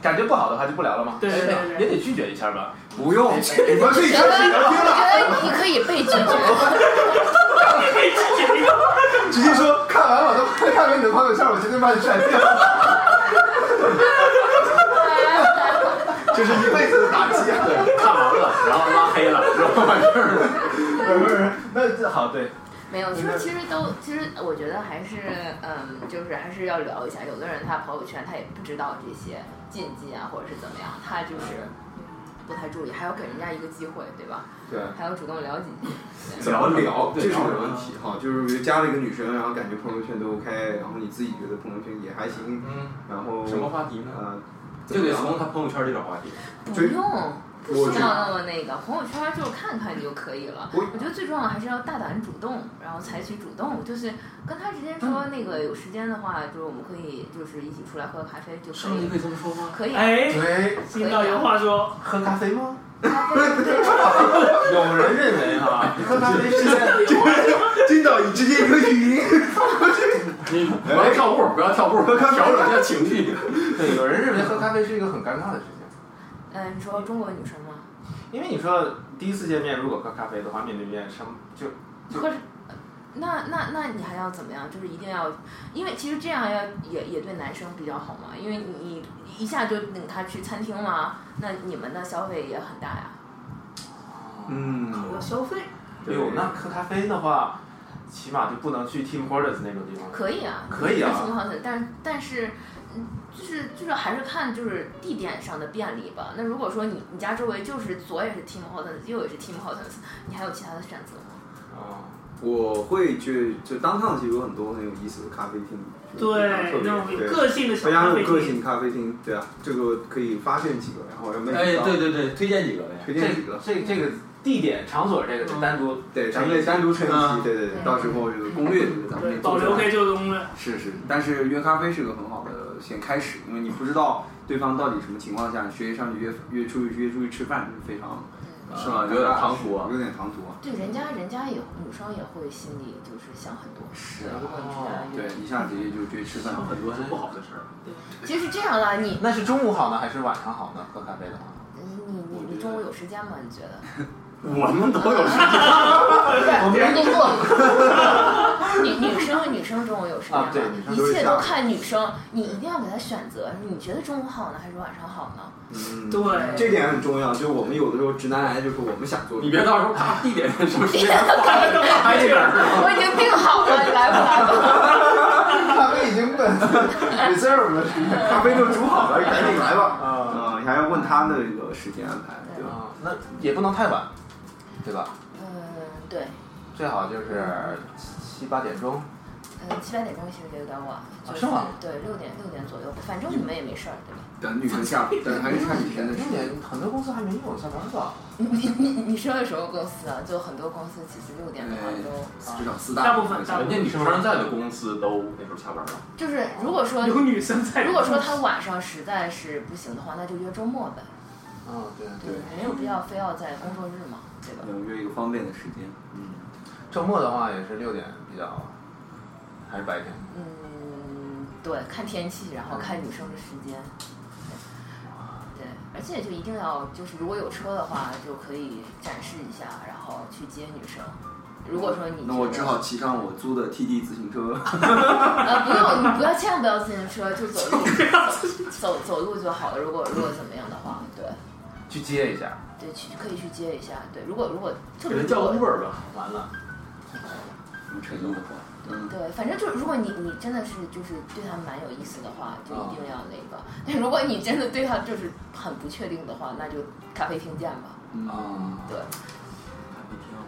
A: 感觉不好的话就不聊了吗？哎
C: 对对对
A: 也
C: 对。
A: 得拒绝一下吧。
E: 不用，你们可以开始聊天了，
D: 我觉得你可以被拒绝，
C: 哎
E: 直接说看完我都快看完你的朋友圈，我绝对把你删掉。 这是一辈子的打击啊！
B: 对， 看完了，然后拉黑了，然后完事儿了。
A: 不是不是，那这好对，
D: 没有，其实其实都其实我觉得还是嗯，就是还是要聊一下，有的人他朋友圈他也不知道这些禁忌啊，或者是怎么样，他就是不太注意，还要给人家一个机会，对吧？
E: 对。
D: 还要主动了解你。
E: 怎么聊，
B: 对
E: 这是个问题哈。就是比如加了一个女生，然后感觉朋友圈都 OK，然后你自己觉得朋友圈也还行，
B: 嗯，
E: 然后
B: 什么话题呢？
E: 呃，
B: 就得从他朋友圈这种话题。
D: 不
E: 追
D: 用，不
E: 我
D: 需
E: 觉
D: 要
E: 得
D: 那么那个，朋友圈就看看就可以了。
E: 我
D: 我觉得最重要的还是要大胆主动，然后采取主动，就是跟他直接说
E: 嗯
D: 那个有时间的话，就是我们可以就是一起出来喝个咖啡就可以了，
B: 以这么说吗？
D: 可以啊。
C: 哎，
A: 对，
D: 可
C: 领
D: 以
C: 导有
D: 啊，
C: 话说，
A: 喝咖啡吗？
D: 咖啡 对，
A: 有人认为哈，喝咖啡是在
E: 金导你直接一个语音，
B: 你不要跳步，不要跳步，调整一下情绪。
A: 对，有人认为喝咖啡是一个很尴尬的事情，
D: 嗯，你说中国女生吗？
A: 因为你说第一次见面如果喝咖啡的话，面对面什么就
D: 喝是。那那那你还要怎么样？就是一定要，因为其实这样要也也对男生比较好嘛，因为你你一下就领他去餐厅嘛，那你们的消费也很大呀。
E: 嗯，
C: 我要消费。
A: 哎呦，那喝咖啡的话，起码就不能去 Tim Hortons 那种地方了。
D: 可以啊，
A: 可以啊
D: 情况很，但但是，嗯，就是就是还是看就是地点上的便利吧。那如果说你你家周围就是左也是 Team Hortons，右也是 Team Hortons，你还有其他的选择吗？
A: 啊，
E: 我会去就当趟其实有很多很有意思的咖啡厅，就是非常特
C: 对，
E: 别
C: 那种有
E: 对
C: 个性的小
E: 非常
C: 咖啡
E: 有个
C: 厅。
E: 性咖啡厅，对啊，这个可以发现几个，然后让妹
B: 哎，
E: 子
B: 对对对，推荐几个呗。
E: 推
A: 这
E: 荐几个，
A: 这这个地点场所这个是单独
E: 对，咱们得单独成一期，
B: 嗯
E: 对对对，
D: 对
E: 到时候这个攻略咱们
C: 对，
E: 得
C: 保
E: 做出
C: 留
E: 来
C: 给九中了。
E: 是是，但是约咖啡是个很好的先开始，因为你不知道对方到底什么情况下，你直接上去约约出去约出去吃饭是非常
D: 嗯，
E: 呃
B: 是吗有点唐突啊
E: 有点唐突啊。
D: 对，人家人家也女生也会心里就是想很多。
E: 是啊
D: 对如果你
A: 哦
D: 跟
E: 对，一下直接就直接吃饭，
B: 很多是啊不好的事儿。
D: 其实这样啦，你
A: 那是中午好呢，还是晚上好呢？喝咖啡的话，
D: 嗯你你你你中午有时间吗？你觉得？
E: 我们都有时间，
A: 我们
D: 工作。女 女生和女生中午有时间
A: 啊对
D: 吗
E: 生
A: 女？
E: 都
D: 一
E: 是
D: 切
E: 下
D: 都
E: 午
D: 看女生，你一定要给她选择，你觉得中午好呢，还是晚上好呢？
E: 嗯，
C: 对，
E: 这点很重要。就是我们有的时候直男癌就是我们想做，
B: 你别到时候啪地点什么时间挂了，
C: 还这样，
D: 我已经定好了，你来不来吧？
A: 咖啡已经本 reserve 了，是吧
E: 咖啡都煮好了，赶紧来吧。
A: 啊
E: 嗯，你还要问他的这个时间安排，对吧？
A: 啊，那也不能太晚，对吧？
D: 嗯，对，
A: 最好就是七八点钟，
D: 嗯，七八点钟其实有点晚，就
A: 啊是吗
D: 对，六点六点左右，反正你们也没事儿，对吧？
E: 等女生下，等还是看女生的时间。
A: 六点很多公司还没有下班的。
D: 你你你你说的什么公司啊？就很多公司其实六点的话
E: 嗯
D: 都，
E: 至少四
C: 大部分大
B: 人
C: 部
B: 家女生在的公司都那时候下班了，
D: 就是如果说
C: 有女生在。
D: 如果说他晚上实在是不行的话，那就约周末呗，
A: 嗯，对，
E: 对，
D: 没有必要非要在工作日嘛，对吧？
E: 能约一个方便的时间。嗯，
A: 周末的话也是六点比较，还是白天。
D: 嗯，对，看天气，然后看女生的时间。对，对而且就一定要，就是如果有车的话，就可以展示一下，然后去接女生。如果说你
E: 那我
D: 觉得
E: 只好骑上我租的 TD 自行车。
D: 呃不用，你不要千万不要自行车，就走路，走走路就好了。如果如果怎么样的话，对
A: 去接一下，
D: 对，去可以去接一下。对，如果如果特
B: 给
D: 别
B: 人叫
D: 多
B: Uber 吧。
A: 完了，
E: 吴承恩的话，嗯，
D: 对，反正就是如果你你真的是就是对他蛮有意思的话，就一定要那个。但如果你真的对他就是很不确定的话，那就咖啡厅见吧。
A: 嗯
E: 啊，
D: 对，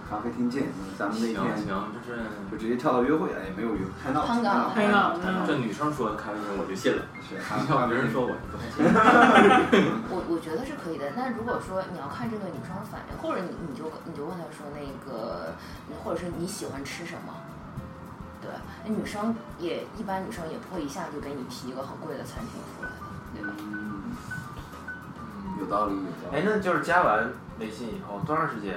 E: 咖啡厅见。嗯咱们那
B: 行
E: 天
B: 行，这是
E: 就直接跳到约会，哎，也没有约，太闹
D: 汤
E: 了，
D: 岗
E: 太闹了，
C: 汤
E: 太
C: 岗
E: 闹
B: 这
E: 了。
B: 女生说的咖啡厅我就 信了，
E: 是，
B: 要
E: 还
B: 别人说我就不太信。
D: 我我觉得是可以的。那如果说你要看这个女生的反应，或者你你就你就问她说那个，或者是你喜欢吃什么。对，那女生也一般，女生也不会一下就给你提一个很贵的餐厅出来的，对吧？
E: 嗯，有道理，有道理。，
A: 哎那就是加完微信以后多长时间？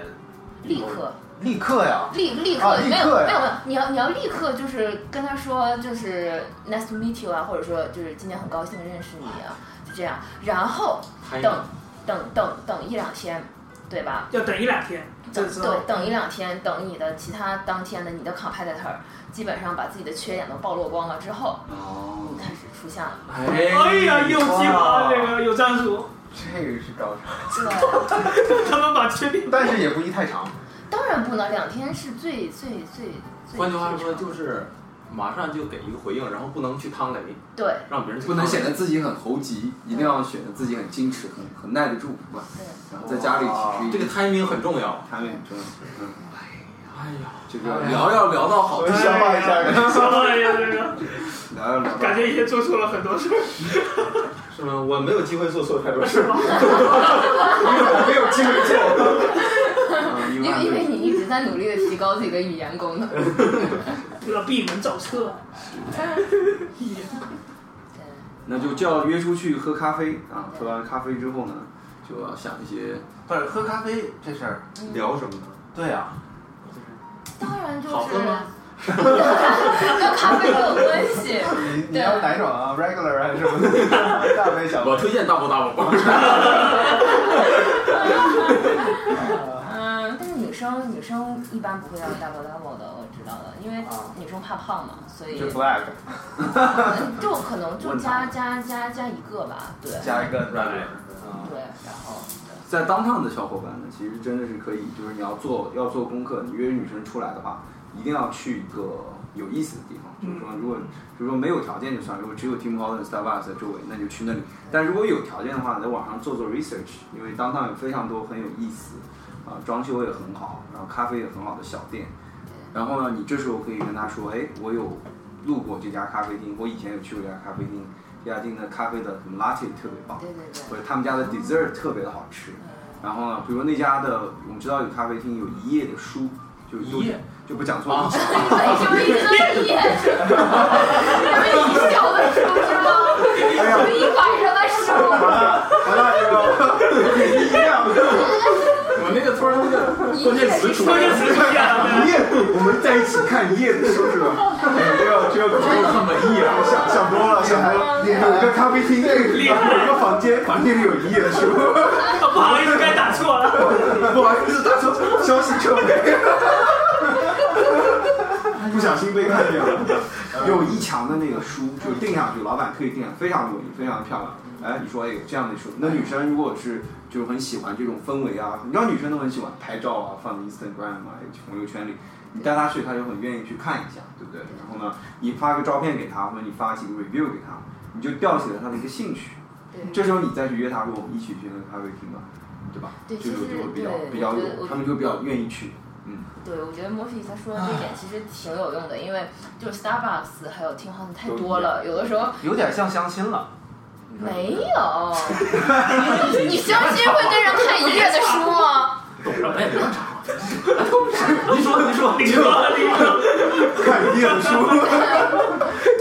D: 立刻，
A: 立刻呀！
D: 立立刻、
A: 啊立
D: 没有
A: 刻呀
D: 没有没有，你要你要立刻就是跟他说就是 nice to meet you 啊，或者说就是今天很高兴认识你啊，就这样。然后
B: 嗨
D: 等等等等一两天，对吧？
C: 要等一两天，
D: 等
C: 这时候
D: 对等一两天，等你的其他当天的你的 competitor 基本上把自己的缺点都暴露光了之后，
E: 哦
D: 你，开始出现了。
C: 哎呀，又
A: 哇
C: 计划这个有战术，
A: 这个是高手，
D: 对，
C: 他们把缺点
A: 但是也不宜太长。
D: 当然不能，两天是最最最最。
B: 换句话说，就是是马上就给一个回应，然后不能去趟雷，
D: 对
B: 让别人去
E: 不
B: 趟
E: 能
B: 雷
E: 显得自己很猴急，一定要显得自己很矜持，很很耐得住，是吧？
D: 对。
E: 然后在家里其实
B: 这个 timing 很重要。
E: 谈恋爱真的，嗯，
B: 哎呀，
E: 这个聊要聊到好
A: 我
E: 地
A: 们
E: 方，
A: 消化一下
C: 哎呀消化一下这个，
E: 聊要聊到
C: 感觉已经做出了很多事儿。
B: 是吗？我没有机会做错太多事儿。
E: 没有机会做。嗯
D: 因为因为你一直在努力的提高自己的语言功能。
C: 这个闭门造车，
D: 对，
E: 那就叫约出去喝咖啡啊，喝完咖啡之后呢，就要想一些
A: 不是喝咖啡这事儿，
D: 嗯
E: 聊什么呢？
A: 对啊呀、
D: 当然就是
B: 好喝吗
D: 跟 咖啡有关系。
A: 你
D: 你要
A: 哪种啊？regular 还是什么？ 大杯小
B: 我推荐大包大包。
D: 嗯，但是女生女生一般不会要 double double 的，我知道的，因为
A: 啊
D: 女生怕胖嘛，所以
A: 就 flag
D: 就可能就
E: 问她
D: 加加加加一个吧，对
A: 加一个 regular。嗯
D: 对，然后对
E: 在当趟的小伙伴呢，其实真的是可以，就是你要做要做功课，你约女生出来的话，一定要去一个有意思的地方。就是说，如果就是说没有条件就算了，如果只有 Tim Hortons、Starbucks 在周围，那就去那里。但如果有条件的话，在网上做做 research，因为当趟有非常多很有意思，啊、装修也很好，然后咖啡也很好的小店。然后呢，你这时候可以跟他说，哎，我有路过这家咖啡厅，我以前有去过这家咖啡厅，这家店的咖啡的什么 latte 特别棒。
D: 对对
E: 或
D: 对，
E: 者他们家的 dessert 特别的好吃。然后呢，比如那家的，我们知道有咖啡厅有一页的书，就
B: 一页
E: 就就不讲错
B: 啊
E: 了。
D: 哎，是不是一直在演？这不是你小的时候是吗？一晚上的时候，
E: 完了，这个一页，
B: 我那个突然那个关键词出
C: 关
B: 来
C: 键
B: 了，
C: 词出现了，
E: 一页，我们在一起看一夜的时候是吧？哎这要这要这要看文艺啊！想想多了，想多 了。有一个咖啡厅，然后有一个房间，房间里有一夜的书。
C: 不好意思，该打错了。
E: 不好意思，打错消息撤回，不小心被看见了。有一墙的那个书就定下去，老板特意定下，非常文艺，非常漂亮。哎，你说哎有这样的书，那女生如果是就是很喜欢这种氛围啊，你知道女生都很喜欢拍照啊，放 Instagram 啊，朋友圈里，你带她去，她就很愿意去看一下，对不对？然后呢，你发个照片给她，或者你发几个 review 给她，你就吊起了她的一个兴趣。这时候你再去约她，说我们一起去那个咖啡厅吧，对吧？
D: 对
E: 这种
D: 其实
E: 就会比较
D: 对
E: 比较
D: 我觉
E: 有
D: 得，我
E: 他们就比较愿意去。嗯
D: 对，我觉得 Murphy 他说的这一点其实挺有用的，因为就是 Starbucks 还有 Tim Hortons 太多了，有的时候
A: 有点像相亲了。
D: 没有。 你相亲会跟人看一夜的书吗？
B: 懂什么呀？别乱插话。
C: 你说，你说，你说，你说。
E: 看一页的书，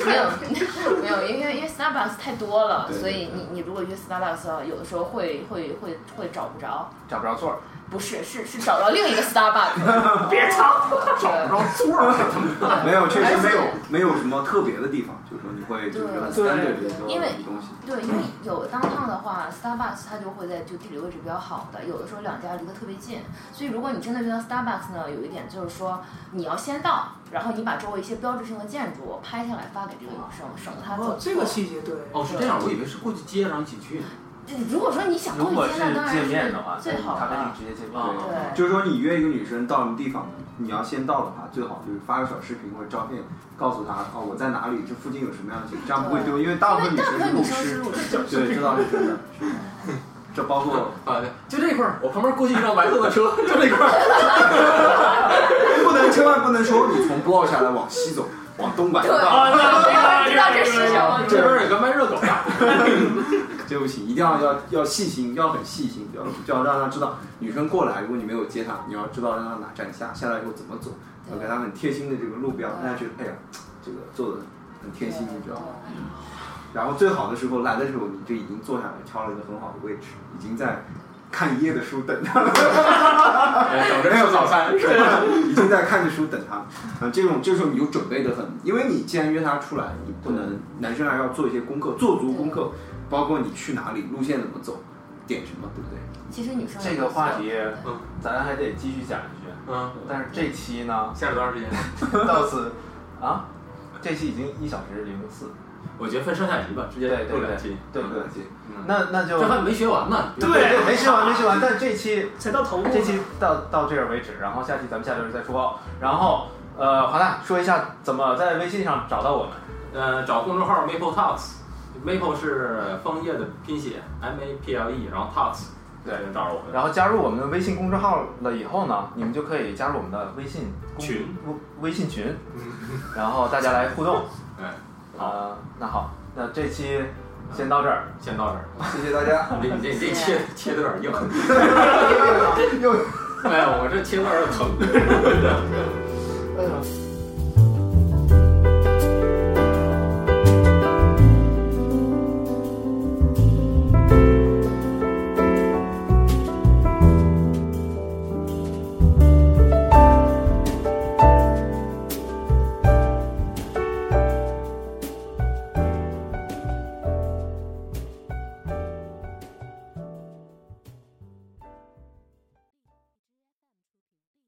D: 没有， 没有，因为因为 Starbucks 太多了，
E: 对
D: 所以你你如果约 Starbucks，的话有的时候会会会会找不着。
A: 找不着座儿，
D: 不是，是是找到另一个 Starbucks。
C: 别吵，
D: 对
B: 然后座儿，
E: 没有，确实没有，没有什么特别的地方，就是说你会就是很 standard 的一
D: 因为
E: 个东西。
D: 对，因为有当趟的话，Starbucks 它就会在就地理位置比较好的，有的时候两家离得特别近，所以如果你真的遇到 Starbucks 呢，有一点就是说你要先到，然后你把周围一些标志性的建筑拍下来发给这个女生，省得她走
C: 哦，
D: 错。
C: 这个细节对。
B: 哦，是这样，我以为是过去接上一起去呢。
D: 对嗯如果哦说你想
A: 如
D: 逛
A: 果
D: 街
A: 是
D: 那当然
A: 见面
D: 是
A: 的话，
D: 最好哦
A: 他跟你
D: 的。
A: 直接见面。
B: 啊
D: 对，
E: 就是说你约一个女生到什么地方，你要先到的话，最好就是发个小视频或者照片，告诉她哦我在哪里，这附近有什么样的景，这样不会丢，因为大部分
D: 因
E: 女
D: 为大部
E: 生
D: 分
E: 路
D: 女生是
E: 痴，
D: 路痴。
E: 对，知道是真的。是的这包括
B: 啊，对，就这块儿，我旁边过去一辆白色的车，就这块儿。
E: 不能千万不能说你从博鳌下来往西走，往东拐就到。
C: 哦，那
D: 知道这是什么？
B: 这边有个卖热狗的，
E: 这不行，一定要要要细心，要很细心，要就要让他知道女生过来，如果你没有接她，你要知道让她哪站下，下来以后怎么走，
D: 嗯
E: 要给她很贴心的这个路标，让她觉得哎呀，这个做的很贴心，你知道吗？然后最好的时候来的时候，你就已经坐下来，挑了一个很好的位置，已经在看一夜的书等她了，
B: 哎等着吃早餐。
E: 嗯
B: 是吧
E: 已经在看着书等她了。啊，这种这时候你就准备的很，因为你既然约她出来，你不能男生还要做一些功课，做足功课，包括你去哪里，路线怎么走，点什么，对不对？
D: 其实女生
A: 这个话题，咱还得继续讲下去。
B: 嗯，
A: 但是这期呢，
B: 下了多长时间？
A: 到此啊，这期已经一小时零四，
B: 我觉得分上下集吧，直接
A: 对
B: 录
A: 对
B: 两
A: 对
B: 期。
A: 对
E: 对
A: 对，
E: 对。
B: 嗯
A: 那那就
B: 这还没学完呢。
A: 对
C: 对
A: 对，没学完没学完，但这期
C: 才到头部。
A: 这期到到这儿为止，然后下期咱们下周日再出报，然后呃，华大说一下怎么在微信上找到我们。
B: 呃，找公众号 Maple Talks，Maple 是枫叶的拼写，M A P L E，然后 Talks，
A: 对
B: 就找着我们。
A: 然后加入我们的微信公众号了以后呢，你们就可以加入我们的微信公
B: 群
A: 微微信群，然后大家来互动。
B: 哎，好，
A: 呃，那好，那这期先到这儿，
B: 先到这儿。
E: 谢谢大家。
B: 你这你这你这切切的有点硬，
E: 又
B: 哎呀，我这切的有点疼。
E: 哎呀